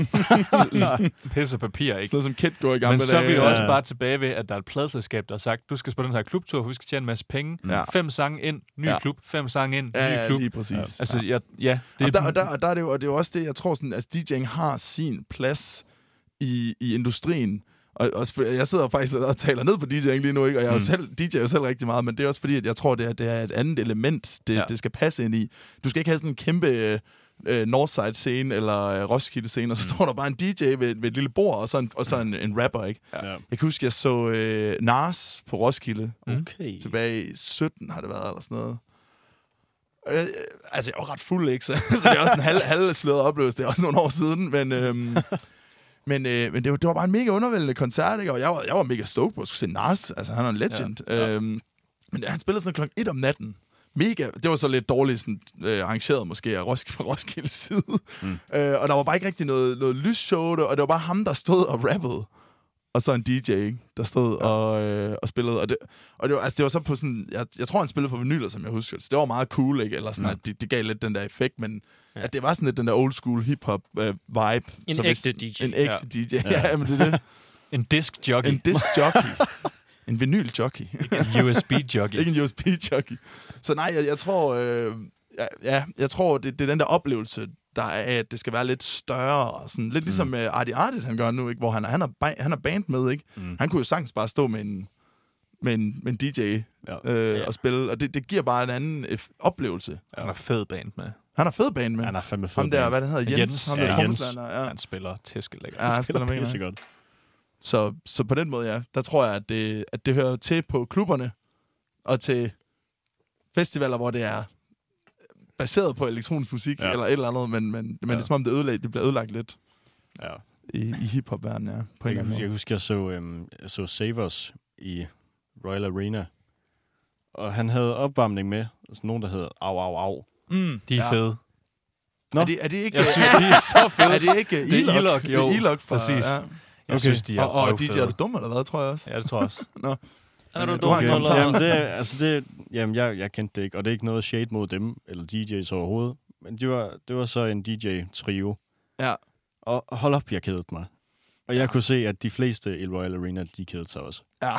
Speaker 2: pisse papir,
Speaker 3: Sådan
Speaker 2: ikke?
Speaker 3: noget som Kid går i gamle
Speaker 2: Men så er vi jo
Speaker 4: ja.
Speaker 2: også bare tilbage ved, at der er et pladselskab, der har sagt, du skal spille den her klubtur, for vi skal tjene en masse penge.
Speaker 3: Ja.
Speaker 2: Fem sange ind, ny
Speaker 3: Ja.
Speaker 2: klub. Fem sange ind,
Speaker 3: Ja,
Speaker 2: ny
Speaker 3: ja,
Speaker 2: klub.
Speaker 3: lige præcis.
Speaker 2: Altså, ja, ja
Speaker 3: Det og,
Speaker 2: det
Speaker 3: der, og, der, og, der er det jo, og det er jo også det, jeg tror, sådan, at DJ'ing har sin plads i, i industrien. Og, og selvfølgelig- jeg sidder faktisk og taler ned på DJ'ing lige nu, ikke? og jeg er jo selv, DJ'er jo selv rigtig meget, men det er også fordi, at jeg tror, det er, det er et andet element, det,
Speaker 2: Ja.
Speaker 3: ja. det skal passe ind i. Du skal ikke have sådan en kæmpe øh, øh, Northside-scene eller øh, Roskilde-scene, og så står der bare en DJ ved, ved et lille bord, og så en, og så en, en rapper, ikke?
Speaker 4: Ja.
Speaker 3: Jeg kan huske, jeg så øh, Nas på Roskilde,
Speaker 4: Okay.
Speaker 3: tilbage i 17 har det været, eller sådan noget. Og jeg, altså, jeg var ret fuld, ikke? Så, så det er også en halv, halv sløret oplevelse. Det er også nogle år siden, men... Øhm, men, øh, men det, var, det var bare en mega undervældende koncert, ikke? Og jeg var, jeg var mega stoked på at skulle se Nas. Altså, han er en legend. Ja, ja. Øhm, men han spillede sådan klokken 1 om natten. Mega. Det var så lidt dårligt sådan, øh, arrangeret måske af Rosk, fra Roskilde side. Mm. Øh, og der var bare ikke rigtig noget, noget lysshow, der- og det var bare ham, der stod og rappede og så en DJ, ikke? der stod ja. og, øh, og spillede. Og det, og det, var, altså, det var så på sådan... Jeg, jeg tror, han spillede på vinyler, som jeg husker. det. Så det var meget cool, ikke? Eller sådan, ja. at det, det gav lidt den der effekt, men ja. at det var sådan lidt den der old school hip-hop øh, vibe.
Speaker 1: En
Speaker 3: Så
Speaker 1: ægte DJ.
Speaker 3: En ægte ja. DJ, ja. ja. men det er det.
Speaker 2: en disc jockey,
Speaker 3: En disc jockey. en vinyl jockey.
Speaker 2: en USB jockey.
Speaker 3: Ikke en USB jockey. Så nej, jeg, jeg tror... Øh, ja, ja, jeg tror, det, det er den der oplevelse, der er, af, at det skal være lidt større. Og sådan, lidt ligesom mm. Artie Artit, han gør nu, ikke? hvor han, er- han, er, ba- han er band med. Ikke? Mm. Han kunne jo sagtens bare stå med en, med en, med en DJ øh,
Speaker 4: Ja.
Speaker 3: ja.
Speaker 1: Ja.
Speaker 3: og spille, og det, det giver bare en anden eff- oplevelse.
Speaker 2: Han er fed band med.
Speaker 3: Han har fed band med.
Speaker 4: Han er fandme fed.
Speaker 3: ham der,
Speaker 4: mand.
Speaker 3: hvad han hedder, Jens,
Speaker 2: Jens,
Speaker 3: Jens ham der
Speaker 4: ja,
Speaker 3: ja,
Speaker 2: Jens.
Speaker 3: Ja.
Speaker 2: Han spiller tæskelækker.
Speaker 3: Ja, han spiller
Speaker 4: spiller
Speaker 3: mega.
Speaker 4: pissegodt.
Speaker 3: Så, så på den måde, ja, der tror jeg, at det, at det hører til på klubberne og til festivaler, hvor det er baseret på elektronisk musik
Speaker 4: Ja.
Speaker 3: ja. eller et eller andet, men, men, men det
Speaker 4: Ja.
Speaker 3: er som om, det, ødelag, det bliver ødelagt lidt
Speaker 4: Ja.
Speaker 3: i, i hiphop-verdenen, ja. På en
Speaker 4: Jeg,
Speaker 3: eller anden
Speaker 4: kan huske- jeg
Speaker 3: måde.
Speaker 4: husker, jeg så, øhm, jeg så Savers i Royal Arena. Og han havde opvarmning med altså nogen, der hedder Au Au Au.
Speaker 3: Mm,
Speaker 2: De er ja.
Speaker 3: ja.
Speaker 2: fede.
Speaker 4: Nå.
Speaker 3: Er det, er det ikke...
Speaker 2: Jeg synes, de er så fede.
Speaker 3: er det ikke
Speaker 2: Det er
Speaker 3: Ilok?
Speaker 2: Ilok, jo.
Speaker 3: Det er Ilok fra,
Speaker 2: Præcis.
Speaker 3: Ja.
Speaker 2: Jeg
Speaker 4: Okay.
Speaker 2: synes, de er
Speaker 3: og, og
Speaker 2: røvfede.
Speaker 3: DJ, er du dum eller hvad, tror jeg også?
Speaker 2: Ja, det tror jeg også.
Speaker 1: Er du
Speaker 3: øh,
Speaker 1: dum,
Speaker 3: har en
Speaker 1: eller
Speaker 3: kommentar.
Speaker 1: hvad?
Speaker 4: Jamen, det, er- altså det, jamen jeg, jeg kendte det ikke, og det er ikke noget shade mod dem, eller DJ's overhovedet. Men det var, det var så en DJ-trio.
Speaker 3: Ja.
Speaker 4: Og hold op, jeg kedede mig. Og jeg kunne se, at de fleste i Royal Arena, de kedede sig også.
Speaker 3: Ja.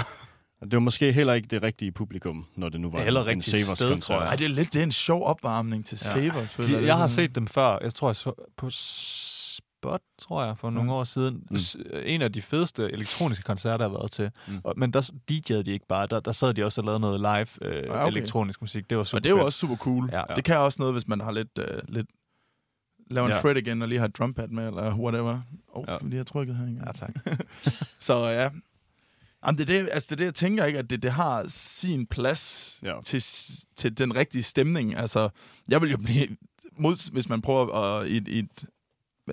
Speaker 4: Og det var måske heller ikke det rigtige publikum, når det nu var
Speaker 2: Eller
Speaker 4: en
Speaker 2: rigtigt
Speaker 4: Savers
Speaker 2: sted,
Speaker 4: koncert.
Speaker 2: tror
Speaker 3: Ej, det er lidt det er en sjov opvarmning til
Speaker 2: Ja.
Speaker 3: ja. Sabers. føler
Speaker 2: De,
Speaker 3: det
Speaker 2: jeg har
Speaker 3: sådan.
Speaker 2: set dem før. Jeg tror, jeg så på Spot, tror jeg, for nogle år siden.
Speaker 4: Mm.
Speaker 2: S- En af de fedeste elektroniske koncerter, jeg har været til.
Speaker 4: Mm.
Speaker 2: Og, men der s- DJ'ede de ikke bare. Der, der sad de også og lavede noget live øh,
Speaker 3: Ja, Ah, okay.
Speaker 2: elektronisk musik. Det var super
Speaker 3: Og det er jo
Speaker 2: fedt.
Speaker 3: også super cool.
Speaker 2: Ja.
Speaker 3: Ja, ja. Det kan også noget, hvis man har lidt... Øh, lidt laver en
Speaker 2: Ja.
Speaker 3: ja. fret igen og lige har et drumpad med, eller whatever. Åh, oh,
Speaker 2: Ja.
Speaker 3: skal vi lige have trykket her engang?
Speaker 2: Ja, tak.
Speaker 3: Så ja. Jamen, det er det, altså, det er det, jeg tænker, ikke? At det, det har sin plads
Speaker 4: Ja.
Speaker 3: ja. til, s- til den rigtige stemning. Altså, jeg vil jo blive... Mod, hvis man prøver at, i, et- i et,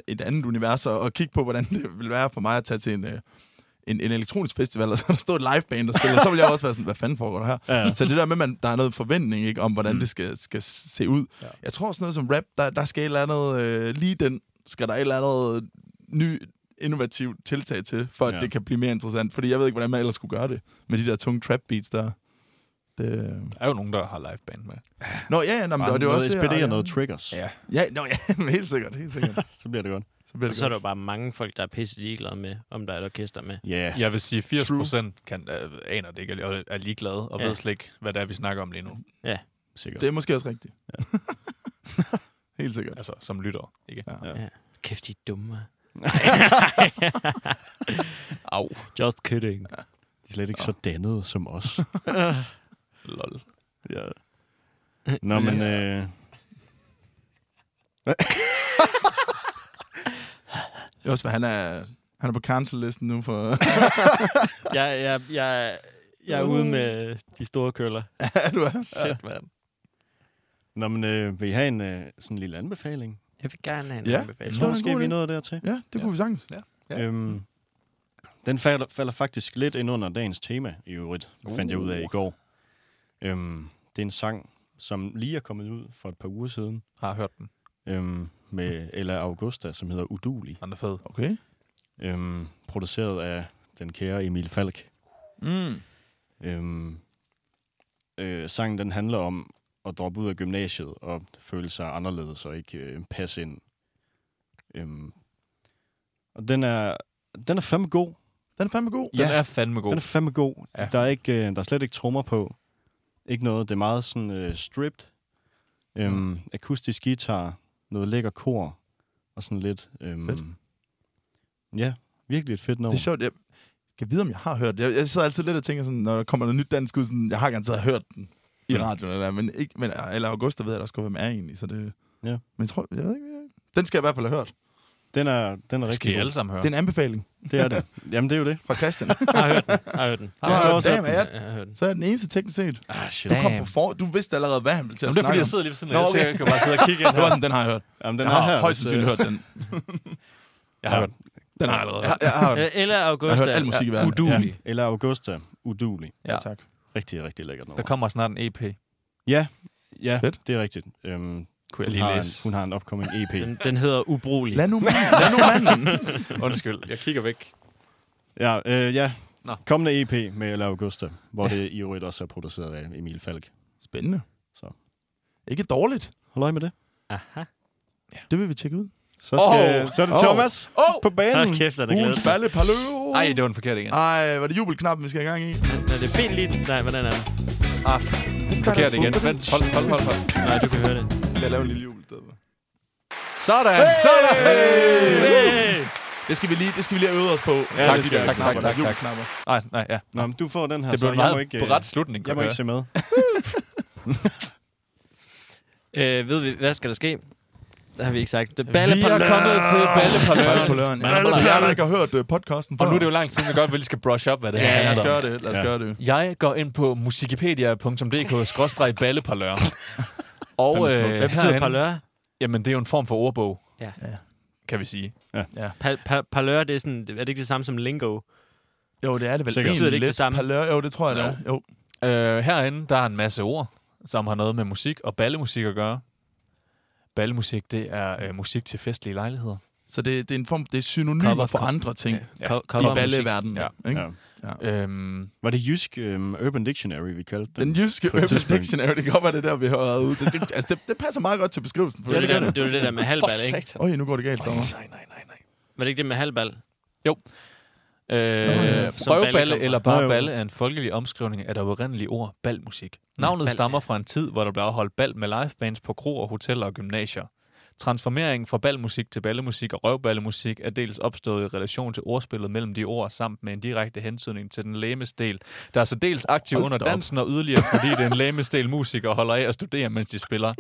Speaker 3: et andet univers og, og kigge på, hvordan det ville være for mig at tage til en, øh, en, en elektronisk festival, og så der står et liveband, der spiller, så vil jeg også være sådan, hvad fanden foregår der her?
Speaker 4: Ja.
Speaker 3: Så det der med, at man, der er noget forventning ikke, om, hvordan mm. det skal, skal se ud.
Speaker 2: Ja.
Speaker 3: Ja. Jeg tror sådan noget som rap, der, der skal et eller andet... Øh, lige den skal der et eller andet ny innovativt tiltag til, for at
Speaker 4: Ja.
Speaker 3: ja. det kan blive mere interessant. Fordi jeg ved ikke, hvordan man ellers skulle gøre det med de der tunge trap beats der. Det... øh.
Speaker 2: Der er jo nogen, der har liveband med.
Speaker 3: Nå, ja, ja, nå, men,
Speaker 2: Bare
Speaker 3: og det er også det.
Speaker 4: ekspedere
Speaker 3: ja.
Speaker 4: noget triggers, ja.
Speaker 2: Ja.
Speaker 3: Ja, nå, ja, men helt sikkert, helt sikkert.
Speaker 4: så bliver det godt.
Speaker 3: Så bliver
Speaker 1: Og
Speaker 3: det
Speaker 1: så er
Speaker 3: godt.
Speaker 1: der jo bare mange folk, der er pisse ligeglade med, om der er et orkester med.
Speaker 4: Ja, yeah.
Speaker 2: Jeg vil sige, 80
Speaker 3: True.
Speaker 2: procent kan, øh, aner det ikke, og er ligeglade, og
Speaker 1: Ja.
Speaker 2: ja. ved slet ikke, hvad det er, vi snakker om lige nu.
Speaker 4: sikkert.
Speaker 3: Det er måske også rigtigt.
Speaker 4: Ja.
Speaker 3: Ja. helt sikkert.
Speaker 2: Altså, som lytter, ikke?
Speaker 1: Kæft, de er dumme.
Speaker 2: Au,
Speaker 1: Just kidding.
Speaker 4: De er slet ikke så dannede som os.
Speaker 2: lol.
Speaker 4: ja. Nå, men... Øh,
Speaker 3: Det er også, hvad han er... Han er på cancel-listen nu for...
Speaker 1: Jeg, jeg, jeg, jeg er ude
Speaker 3: Mm.
Speaker 1: med de store køller.
Speaker 3: ja, du er.
Speaker 2: Shit, man.
Speaker 4: nå, men øh, vil I have en øh, sådan en lille anbefaling?
Speaker 1: Jeg vil gerne have en
Speaker 3: Ja.
Speaker 1: anbefaling.
Speaker 4: Jeg
Speaker 3: tror, det er
Speaker 4: tror
Speaker 3: en
Speaker 4: måske,
Speaker 3: god
Speaker 4: vi
Speaker 3: idé.
Speaker 4: nåede dertil.
Speaker 3: Ja, det kunne vi sagtens.
Speaker 2: Ja.
Speaker 4: Ja. Øhm, den falder, falder faktisk lidt ind under dagens tema i øvrigt, uh. fandt jeg ud af i
Speaker 2: Uh.
Speaker 4: går. Øhm, det er en sang, som lige er kommet ud for et par uger siden,
Speaker 2: Har hørt den.
Speaker 4: øhm, med Ella Augusta, som hedder Udulig,
Speaker 2: Han er fed.
Speaker 3: Okay.
Speaker 4: øhm, produceret af den kære Emil Falk.
Speaker 3: Mm.
Speaker 4: Øhm, øh, sangen den handler om at droppe ud af gymnasiet og føle sig anderledes og ikke øh, passe ind. Øhm, og den er, den er fandme god.
Speaker 3: Den er fandme god.
Speaker 2: Den
Speaker 4: Ja.
Speaker 2: er fandme god.
Speaker 4: Den er fandme god. Ja.
Speaker 2: Ja.
Speaker 4: Der, er ikke, øh, der er slet ikke trommer på. Ikke noget. Det er meget sådan øh, stripped. Øhm, Akustisk guitar. Noget lækker kor. Og sådan lidt... Øhm,
Speaker 3: Fedt.
Speaker 4: Ja, virkelig et fedt nummer.
Speaker 3: Det er sjovt. Jeg kan vide, om jeg har hørt det. Jeg, jeg sidder altid lidt og tænker sådan, når der kommer noget nyt dansk ud, sådan, jeg har garanteret hørt den i
Speaker 4: Ja.
Speaker 3: radioen, eller, men, ikke, men eller Augusta ved jeg, der skulle være med er egentlig, så det...
Speaker 4: Ja.
Speaker 3: Men jeg tror, jeg ved ikke, jeg- den skal jeg i hvert fald have hørt.
Speaker 4: Den er, den er
Speaker 2: Det skal
Speaker 4: rigtig
Speaker 2: I alle
Speaker 4: god.
Speaker 2: sammen høre.
Speaker 3: Det er en anbefaling
Speaker 4: Det er det. Jamen, det er jo det.
Speaker 3: fra Christian.
Speaker 1: Jeg har hørt den. Jeg har hørt den.
Speaker 3: du har
Speaker 4: jeg
Speaker 3: hørt
Speaker 4: også
Speaker 3: den. Damn, er jeg,
Speaker 1: Jeg har hørt den.
Speaker 3: så er jeg den eneste teknisk set.
Speaker 4: Ah, shit.
Speaker 3: Du kom på for, du vidste allerede, hvad han ville til
Speaker 2: Jamen,
Speaker 3: at
Speaker 2: det er fordi,
Speaker 3: snakke
Speaker 2: jeg sidder lige ved siden af,
Speaker 3: Nå,
Speaker 2: jer, så
Speaker 3: okay.
Speaker 2: jeg kan bare sidde og kigge ind
Speaker 3: om. Det var
Speaker 2: her.
Speaker 3: den, den har jeg hørt.
Speaker 4: Jamen, den
Speaker 3: Den
Speaker 4: er
Speaker 3: har
Speaker 4: her.
Speaker 3: højst
Speaker 4: hvis,
Speaker 3: sandsynligt
Speaker 4: øh,
Speaker 3: hørt den.
Speaker 2: Jeg har hørt den.
Speaker 3: Den har jeg allerede
Speaker 2: Jeg
Speaker 3: hørt.
Speaker 2: har- Jeg har hørt den.
Speaker 1: Øh, Eller
Speaker 3: Jeg har
Speaker 1: Augusta.
Speaker 3: hørt al musik i verden.
Speaker 2: Udulig.
Speaker 4: Ja. Eller Augusta. Udulig.
Speaker 3: Ja,
Speaker 2: Ja.
Speaker 3: tak.
Speaker 4: Rigtig, rigtig lækkert nummer.
Speaker 2: Der kommer snart en E EP,
Speaker 4: Ja, ja
Speaker 3: Fedt.
Speaker 4: det er rigtigt. Øhm,
Speaker 2: kunne jeg
Speaker 4: hun,
Speaker 2: lige
Speaker 4: har en,
Speaker 2: læse.
Speaker 4: hun har en upcoming E EP.
Speaker 1: Den, den hedder Ubrugelig.
Speaker 3: Lad nu manden. Lad nu manden.
Speaker 2: Undskyld, jeg kigger væk.
Speaker 4: Ja, øh, ja.
Speaker 2: Nå.
Speaker 4: Kommende EP med Ella Augusta, hvor det i øvrigt også er produceret af Emil Falk.
Speaker 3: Spændende.
Speaker 4: Så.
Speaker 3: Ikke dårligt.
Speaker 4: Hold øje med det.
Speaker 1: Aha.
Speaker 3: Det vil vi tjekke ud.
Speaker 4: Så, skal, oh, så er det
Speaker 3: Oh.
Speaker 4: Thomas oh, på banen.
Speaker 1: Hold kæft, den er
Speaker 3: Ugens
Speaker 1: glædet.
Speaker 3: balle, palø.
Speaker 2: Ej, det var den forkerte
Speaker 4: Ah.
Speaker 2: igen.
Speaker 3: Ej, var det jubelknappen, vi skal i gang i?
Speaker 1: Er det fint lige? Nej, hvordan er det?
Speaker 2: Ah, den forkerte igen. Vent, hold, hold, hold, hold.
Speaker 1: Nej, du kan høre det.
Speaker 3: Jeg laver en lille jubel. Der.
Speaker 2: Sådan, sådan!
Speaker 1: Hey!
Speaker 3: Det skal vi lige, det skal vi lige øve os på. Ja,
Speaker 2: tak,
Speaker 3: de der
Speaker 2: tak, tak,
Speaker 3: knapper,
Speaker 2: tak,
Speaker 3: der
Speaker 2: tak.
Speaker 3: Knapper.
Speaker 2: Nej, nej, ja.
Speaker 4: Nå, men du får den her,
Speaker 2: Det
Speaker 4: så
Speaker 2: blev
Speaker 4: jeg
Speaker 2: en
Speaker 4: må
Speaker 2: meget
Speaker 4: ikke,
Speaker 2: på
Speaker 4: øh,
Speaker 2: ret slutning.
Speaker 4: jeg må ikke se med.
Speaker 1: Øh, ved vi, hvad skal der ske? Der har vi ikke sagt. Det balle er kommet til
Speaker 3: Balle på
Speaker 1: balleparløren.
Speaker 3: løren. Man
Speaker 4: Balle på
Speaker 3: er der,
Speaker 4: lørdag.
Speaker 3: der ikke har hørt øh, podcasten før.
Speaker 2: Og nu er det jo lang tid, vi godt vil lige skal brush up, hvad det
Speaker 3: Ja,
Speaker 2: her
Speaker 3: lad os
Speaker 2: handler om.
Speaker 3: gøre det. Lad os
Speaker 4: Ja.
Speaker 3: gøre det.
Speaker 2: Jeg går ind på musikipedia.dk-balleparlør. Og
Speaker 3: Fandme
Speaker 2: øh,
Speaker 3: smukt.
Speaker 1: Hvad betyder
Speaker 2: herinde,
Speaker 1: parlør?
Speaker 2: jamen, det er jo en form for ordbog,
Speaker 1: Ja.
Speaker 3: Ja.
Speaker 2: kan vi sige.
Speaker 1: Pa- pa- parlør, det er sådan, er det ikke det samme som lingo?
Speaker 3: Jo, det er det vel.
Speaker 4: Sikkert.
Speaker 3: Sikkert.
Speaker 1: Betyder det ikke det samme?
Speaker 3: Palør. Jo, det tror jeg, det er. Jo.
Speaker 2: Øh, herinde, der er en masse ord, som har noget med musik og ballemusik at gøre. Ballemusik, det er øh, musik til festlige lejligheder.
Speaker 3: Så det, det er en form, det er synonymer
Speaker 1: Cover-
Speaker 3: for andre ting ja.
Speaker 2: Ja.
Speaker 3: i
Speaker 1: Co- covermusik.
Speaker 3: balleverdenen.
Speaker 2: Ja.
Speaker 3: Ikke?
Speaker 4: Ja.
Speaker 2: Øhm,
Speaker 4: Var det Jysk øhm, Urban Dictionary, vi kaldte den?
Speaker 3: Den jyske
Speaker 4: På et
Speaker 3: Urban
Speaker 4: tidspunkt.
Speaker 3: Dictionary, det kommer det der, vi har været ude. Det, det, altså, det, det passer meget godt til beskrivelsen.
Speaker 1: Det var det, der, det, var det der med halvbal, ikke?
Speaker 3: Øj, nu går det galt derovre.
Speaker 2: Nej, nej, nej, nej.
Speaker 1: Var det ikke det med halvbal?
Speaker 2: Øh,
Speaker 1: Som balle
Speaker 2: røvballe
Speaker 1: kommer.
Speaker 2: eller bare
Speaker 4: Nå, jo.
Speaker 2: balle er en folkelig omskrivning af det oprindelige ord balmusik. Navnet
Speaker 1: bal.
Speaker 2: stammer fra en tid, hvor der blev afholdt bal med livebands på kroer, hoteller og gymnasier. Transformeringen fra balmusik til ballemusik og røvballemusik er dels opstået i relation til ordspillet mellem de ord, samt med en direkte hensynning til den læmesdel, der er så dels aktiv
Speaker 3: Hold
Speaker 2: under
Speaker 3: da op.
Speaker 2: dansen og yderligere, fordi det er en læmesdel musikere holder af at studere, mens de spiller.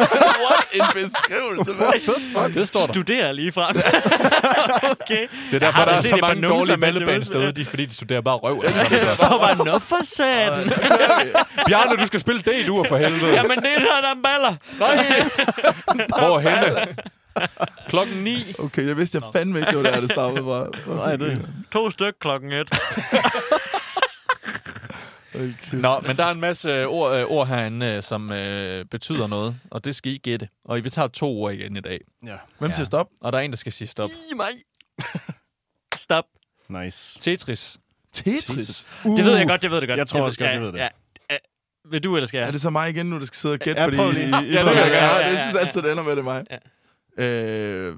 Speaker 3: What en beskrivelse, hvad?
Speaker 2: Det står der.
Speaker 1: Studerer lige frem. okay.
Speaker 2: Det er
Speaker 1: Jeg har
Speaker 2: derfor, der
Speaker 1: da
Speaker 2: er
Speaker 1: set
Speaker 2: så
Speaker 1: et par
Speaker 2: mange
Speaker 1: annoncer
Speaker 2: dårlige
Speaker 1: med
Speaker 2: ballebands
Speaker 1: til-
Speaker 2: derude, de, fordi de studerer bare røv. altså. alle sammen.
Speaker 1: Jeg står bare, nå for satan.
Speaker 2: Bjarne, du skal spille det, du er for helvede.
Speaker 1: Jamen, det er der, der er baller.
Speaker 2: Hvor henne? Klokken 9.
Speaker 3: Okay, jeg vidste jeg fandme ikke, det var der, det stammede fra.
Speaker 4: Nej, det
Speaker 1: To stykker klokken et.
Speaker 3: Okay.
Speaker 2: Nå, men der er en masse øh, ord, øh, ord herinde, øh, som øh, betyder noget, og det skal I gætte. Og vi tager to ord igen i dag.
Speaker 4: ja.
Speaker 3: Hvem siger stop?
Speaker 2: Og der er en, der skal sige stop.
Speaker 1: I mig. Stop.
Speaker 4: Nice.
Speaker 2: Tetris.
Speaker 3: Tetris? Uh.
Speaker 1: Det ved jeg godt, det ved jeg godt.
Speaker 4: Jeg tror også godt,
Speaker 1: ja,
Speaker 4: jeg ved det.
Speaker 1: Ja. Ja. Vil du, eller skal jeg?
Speaker 3: Er det så mig igen nu, der skal sidde og gætte?
Speaker 4: Ja,
Speaker 3: fordi
Speaker 4: prøv lige.
Speaker 3: I, I
Speaker 4: Ja,
Speaker 3: ved,
Speaker 4: det
Speaker 3: hvad
Speaker 4: vil
Speaker 3: jeg
Speaker 1: gerne.
Speaker 4: jeg
Speaker 3: gør.
Speaker 1: Ja,
Speaker 3: Jeg
Speaker 1: ja,
Speaker 3: synes
Speaker 1: ja.
Speaker 3: altid, det ender med, det er mig. Øh,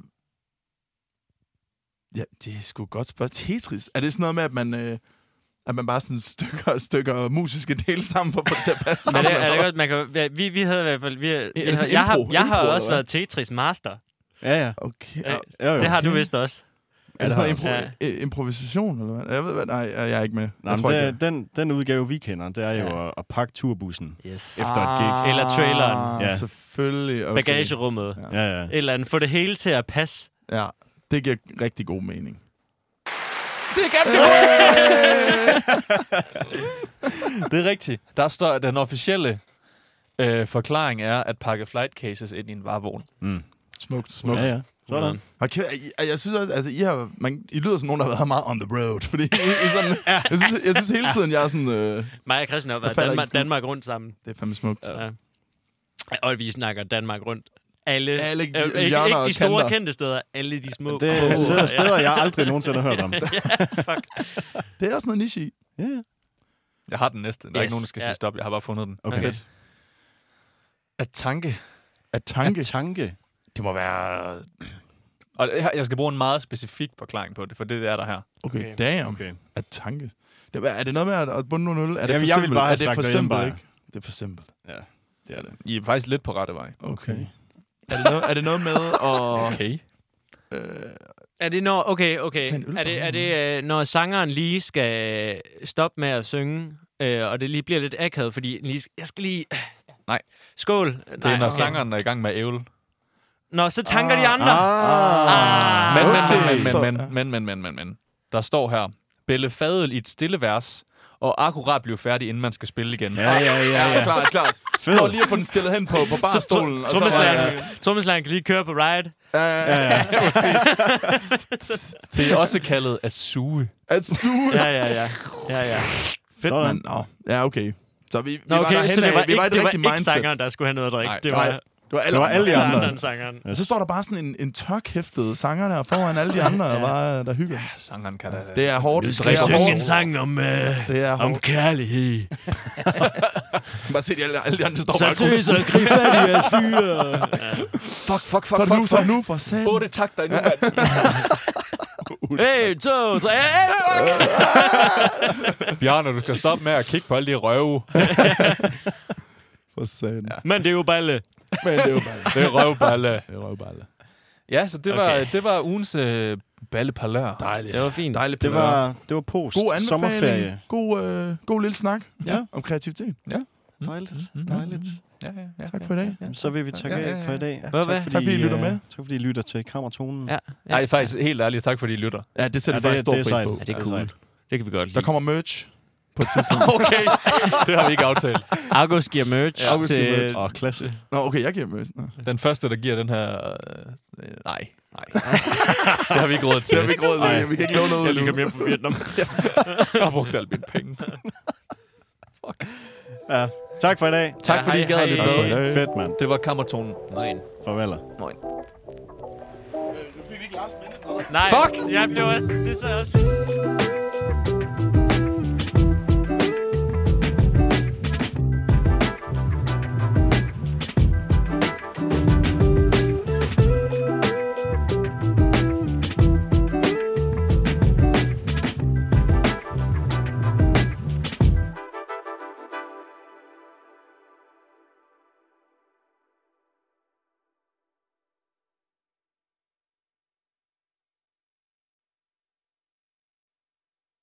Speaker 3: ja, det er sgu et godt spørge. Tetris, er det sådan noget med, at man... Øh, at man bare sådan stykker, stykker musiske dele sammen for at få det til at passe
Speaker 1: Men
Speaker 3: sammen.
Speaker 1: det, er det
Speaker 3: eller
Speaker 1: godt, man kan, ja, vi, vi havde i hvert fald... Vi, jeg,
Speaker 3: det sådan
Speaker 1: jeg, jeg, har,
Speaker 3: impro-
Speaker 1: jeg har
Speaker 3: impro,
Speaker 1: også
Speaker 3: eller
Speaker 1: været Tetris Master.
Speaker 4: Ja, ja.
Speaker 3: hvad? Okay.
Speaker 1: Ja,
Speaker 3: Ja,
Speaker 4: Jo, jo.
Speaker 1: Det har du vist også.
Speaker 3: er det sådan noget
Speaker 1: har jeg
Speaker 3: impro- i- improvisation, eller hvad? Jeg ved hvad, nej, jeg jeg er ikke med.
Speaker 4: Nå,
Speaker 3: jeg
Speaker 4: men
Speaker 3: ikke,
Speaker 4: det,
Speaker 3: jeg er.
Speaker 4: den, den udgave, vi kender, det er jo
Speaker 1: Ja.
Speaker 4: at, at pakke turbussen.
Speaker 1: Yes.
Speaker 4: efter et gig.
Speaker 1: Eller traileren.
Speaker 4: Ja.
Speaker 3: Ah, Selvfølgelig. Okay.
Speaker 1: Bagagerummet.
Speaker 3: Ja.
Speaker 4: Ja, ja.
Speaker 1: Et eller andet. Få det hele til at passe.
Speaker 3: Ja, det giver rigtig god mening.
Speaker 2: Det er ganske godt. det er rigtigt. Der står, at den officielle øh, forklaring er at pakke flight cases ind i en varevogn.
Speaker 4: Mm.
Speaker 3: Smukt, smukt.
Speaker 4: Ja, ja. Sådan.
Speaker 3: Og kæ- jeg, jeg synes også, altså, I, har, man, I lyder som nogen, der har været meget on the road. Fordi I, I sådan, jeg, synes, jeg synes hele tiden, jeg er sådan... Øh,
Speaker 1: Mig og Christian har været
Speaker 3: falder ikke
Speaker 1: Danmark,
Speaker 3: skid.
Speaker 1: Danmark rundt sammen.
Speaker 3: det er fandme smukt. Ja.
Speaker 1: Ja. Og vi snakker Danmark rundt. Alle,
Speaker 3: Alle
Speaker 1: øh, ikke, ikke
Speaker 3: hjørner og
Speaker 1: de store
Speaker 3: kanter.
Speaker 1: kendte steder, alle de små.
Speaker 4: Det
Speaker 1: kroge.
Speaker 4: er steder, jeg aldrig nogensinde har hørt om.
Speaker 3: Det er også noget niche i.
Speaker 4: Ja, ja.
Speaker 2: Jeg har den næste. Der er
Speaker 1: Yes,
Speaker 2: ikke nogen, der skal
Speaker 1: ja.
Speaker 2: sige stop. Jeg har bare fundet den.
Speaker 4: Okay.
Speaker 1: Fedt.
Speaker 2: At tanke.
Speaker 3: At tanke,
Speaker 4: At tanke.
Speaker 3: det må være...
Speaker 2: Og det her- jeg skal bruge en meget specifik forklaring på det, for det er der her.
Speaker 3: Okay,
Speaker 1: Okay.
Speaker 3: okay. damn. Okay.
Speaker 4: Okay.
Speaker 3: At tanke. Det, er er det noget med at, at bunde nogle øl? Er det
Speaker 4: Jamen,
Speaker 3: for
Speaker 4: jeg ville
Speaker 3: simpelt?
Speaker 4: bare have
Speaker 3: er det
Speaker 4: sagt
Speaker 3: for
Speaker 4: derhjemme
Speaker 3: simpelt,
Speaker 4: bare.
Speaker 3: ikke? Det er for simpelt.
Speaker 4: Det er det.
Speaker 2: I er faktisk lidt på rette vej.
Speaker 3: Okay. okay. er, det noget, er det noget med at...
Speaker 2: Okay.
Speaker 3: Øh,
Speaker 1: Er det når, okay, okay.
Speaker 3: Tag en øl
Speaker 1: Er
Speaker 3: bare.
Speaker 1: det, er det øh, når sangeren lige skal øh, stoppe med at synge, øh, og det lige bliver lidt akavet, fordi lige, sk- jeg skal lige...
Speaker 2: Nej.
Speaker 1: Skål.
Speaker 2: Det er, når sangeren er i gang med at ævle.
Speaker 1: Nå, så tanker
Speaker 3: Ah,
Speaker 1: de andre. Ah.
Speaker 2: Men,
Speaker 3: Okay.
Speaker 2: men,
Speaker 3: Forstår.
Speaker 2: men, men, men, men, men, men, men, men. Der står her, Belle Fadel i et stille vers, og akkurat blive færdig, inden man skal spille igen.
Speaker 4: Ja, ja, ja.
Speaker 3: ja,
Speaker 4: ja.
Speaker 3: klart, klart.
Speaker 4: Fed.
Speaker 3: Nå, lige at få den stillet hen på, på barstolen. og så
Speaker 1: Trommeslageren
Speaker 3: bare,
Speaker 1: Trommeslageren kan lige køre på ride.
Speaker 3: øh, øh,
Speaker 2: Det er også kaldet at suge.
Speaker 3: At suge.
Speaker 1: Ja, ja, ja. ja, ja.
Speaker 3: Fedt,
Speaker 4: Sådan.
Speaker 3: mand. Nå, ja, okay. Så vi, vi
Speaker 1: Nå,
Speaker 3: var
Speaker 1: okay,
Speaker 3: derhen
Speaker 1: så det var,
Speaker 3: af. Vi
Speaker 1: ikke,
Speaker 3: var i
Speaker 1: det
Speaker 3: det
Speaker 1: var
Speaker 3: rigtige
Speaker 1: ikke
Speaker 3: mindset.
Speaker 1: sangeren, der skulle have noget at drikke.
Speaker 2: Nej,
Speaker 1: det var,
Speaker 3: Nej, det var alle,
Speaker 4: Det var alle
Speaker 3: andre.
Speaker 1: det var
Speaker 4: de andre.
Speaker 1: andre end sangeren.
Speaker 3: Så står der bare sådan en, en tørkæftet sanger der foran alle de andre, og bare, der hygger.
Speaker 2: Ja, sangeren kan da...
Speaker 3: Det er hårdt.
Speaker 1: Skal
Speaker 3: det
Speaker 1: jeg
Speaker 3: er
Speaker 1: synge en
Speaker 3: hårdt.
Speaker 1: sang om, øh,
Speaker 3: Det er
Speaker 1: om
Speaker 3: hårdt.
Speaker 1: kærlighed?
Speaker 3: Bare se, de alle, alle de andre står bare
Speaker 1: Så
Speaker 3: og kunne.
Speaker 1: tøser og grib fat i jeres fyre.
Speaker 2: Fuck, fuck, fuck,
Speaker 3: Så
Speaker 2: fuck,
Speaker 3: nu,
Speaker 2: fuck.
Speaker 3: så nu for sand.
Speaker 2: Otte takter endnu, mand.
Speaker 1: Hey, to, tre. Hey, fuck!
Speaker 2: Bjarne, du skal stoppe med at kigge på alle de røve.
Speaker 3: For sand. Ja.
Speaker 1: Men det er jo balle.
Speaker 3: Men det er jo bare...
Speaker 2: Det er røvballe.
Speaker 3: Det er røvballe.
Speaker 2: Ja, så det var,
Speaker 1: Okay.
Speaker 2: det var ugens øh, ballepalør.
Speaker 3: Dejligt.
Speaker 1: Det var fint.
Speaker 3: Dejligt.
Speaker 4: Det var, det var post.
Speaker 3: God anbefaling.
Speaker 4: Sommerferie.
Speaker 3: God, øh, god lille snak
Speaker 2: Ja.
Speaker 3: om kreativitet.
Speaker 4: Dejligt.
Speaker 2: Mm.
Speaker 4: Dejligt.
Speaker 2: Ja, ja, ja,
Speaker 3: Tak for i dag.
Speaker 2: Ja, ja.
Speaker 4: Så vil vi takke
Speaker 2: Ja, ja, ja.
Speaker 4: af for i dag.
Speaker 1: Hvad, hvad?
Speaker 3: Tak, fordi I lytter
Speaker 4: øh,
Speaker 3: med.
Speaker 4: Tak fordi I lytter til Kammertonen.
Speaker 1: Ja.
Speaker 2: Nej, faktisk helt ærligt, tak fordi I lytter.
Speaker 3: Ja, det
Speaker 4: Ja,
Speaker 3: sætter ja, faktisk stor pris
Speaker 4: sejt.
Speaker 3: på.
Speaker 1: Ja, det er
Speaker 4: sejt.
Speaker 1: cool. Det kan vi godt
Speaker 3: Der
Speaker 1: lide.
Speaker 3: kommer merch på et tidspunkt.
Speaker 2: Okay, det har vi ikke aftalt.
Speaker 1: August giver merch ja,
Speaker 3: August
Speaker 1: til...
Speaker 3: giver merch.
Speaker 4: Åh, klasse.
Speaker 3: Nå, okay, jeg giver merch. Nå.
Speaker 2: Den første, der giver den her... Øh, øh, nej, nej. det har vi ikke råd til.
Speaker 3: Det har vi ikke råd
Speaker 4: Ej.
Speaker 3: til. Vi kan ikke låne noget ud
Speaker 1: Jeg lige
Speaker 3: nu.
Speaker 1: kom hjem fra Vietnam.
Speaker 2: Jeg har brugt alle mine penge.
Speaker 4: Ja. Tak for i dag.
Speaker 2: Tak
Speaker 1: Ja,
Speaker 2: fordi I
Speaker 1: hej,
Speaker 2: gad at
Speaker 1: hej.
Speaker 2: lytte
Speaker 1: Tak for i
Speaker 2: med.
Speaker 1: dag.
Speaker 3: Hey.
Speaker 4: Fedt, mand.
Speaker 2: Det var kammertonen.
Speaker 4: Farvel.
Speaker 2: Moin.
Speaker 1: Nej,
Speaker 2: Fuck!
Speaker 1: Jeg blev også... Det sad også...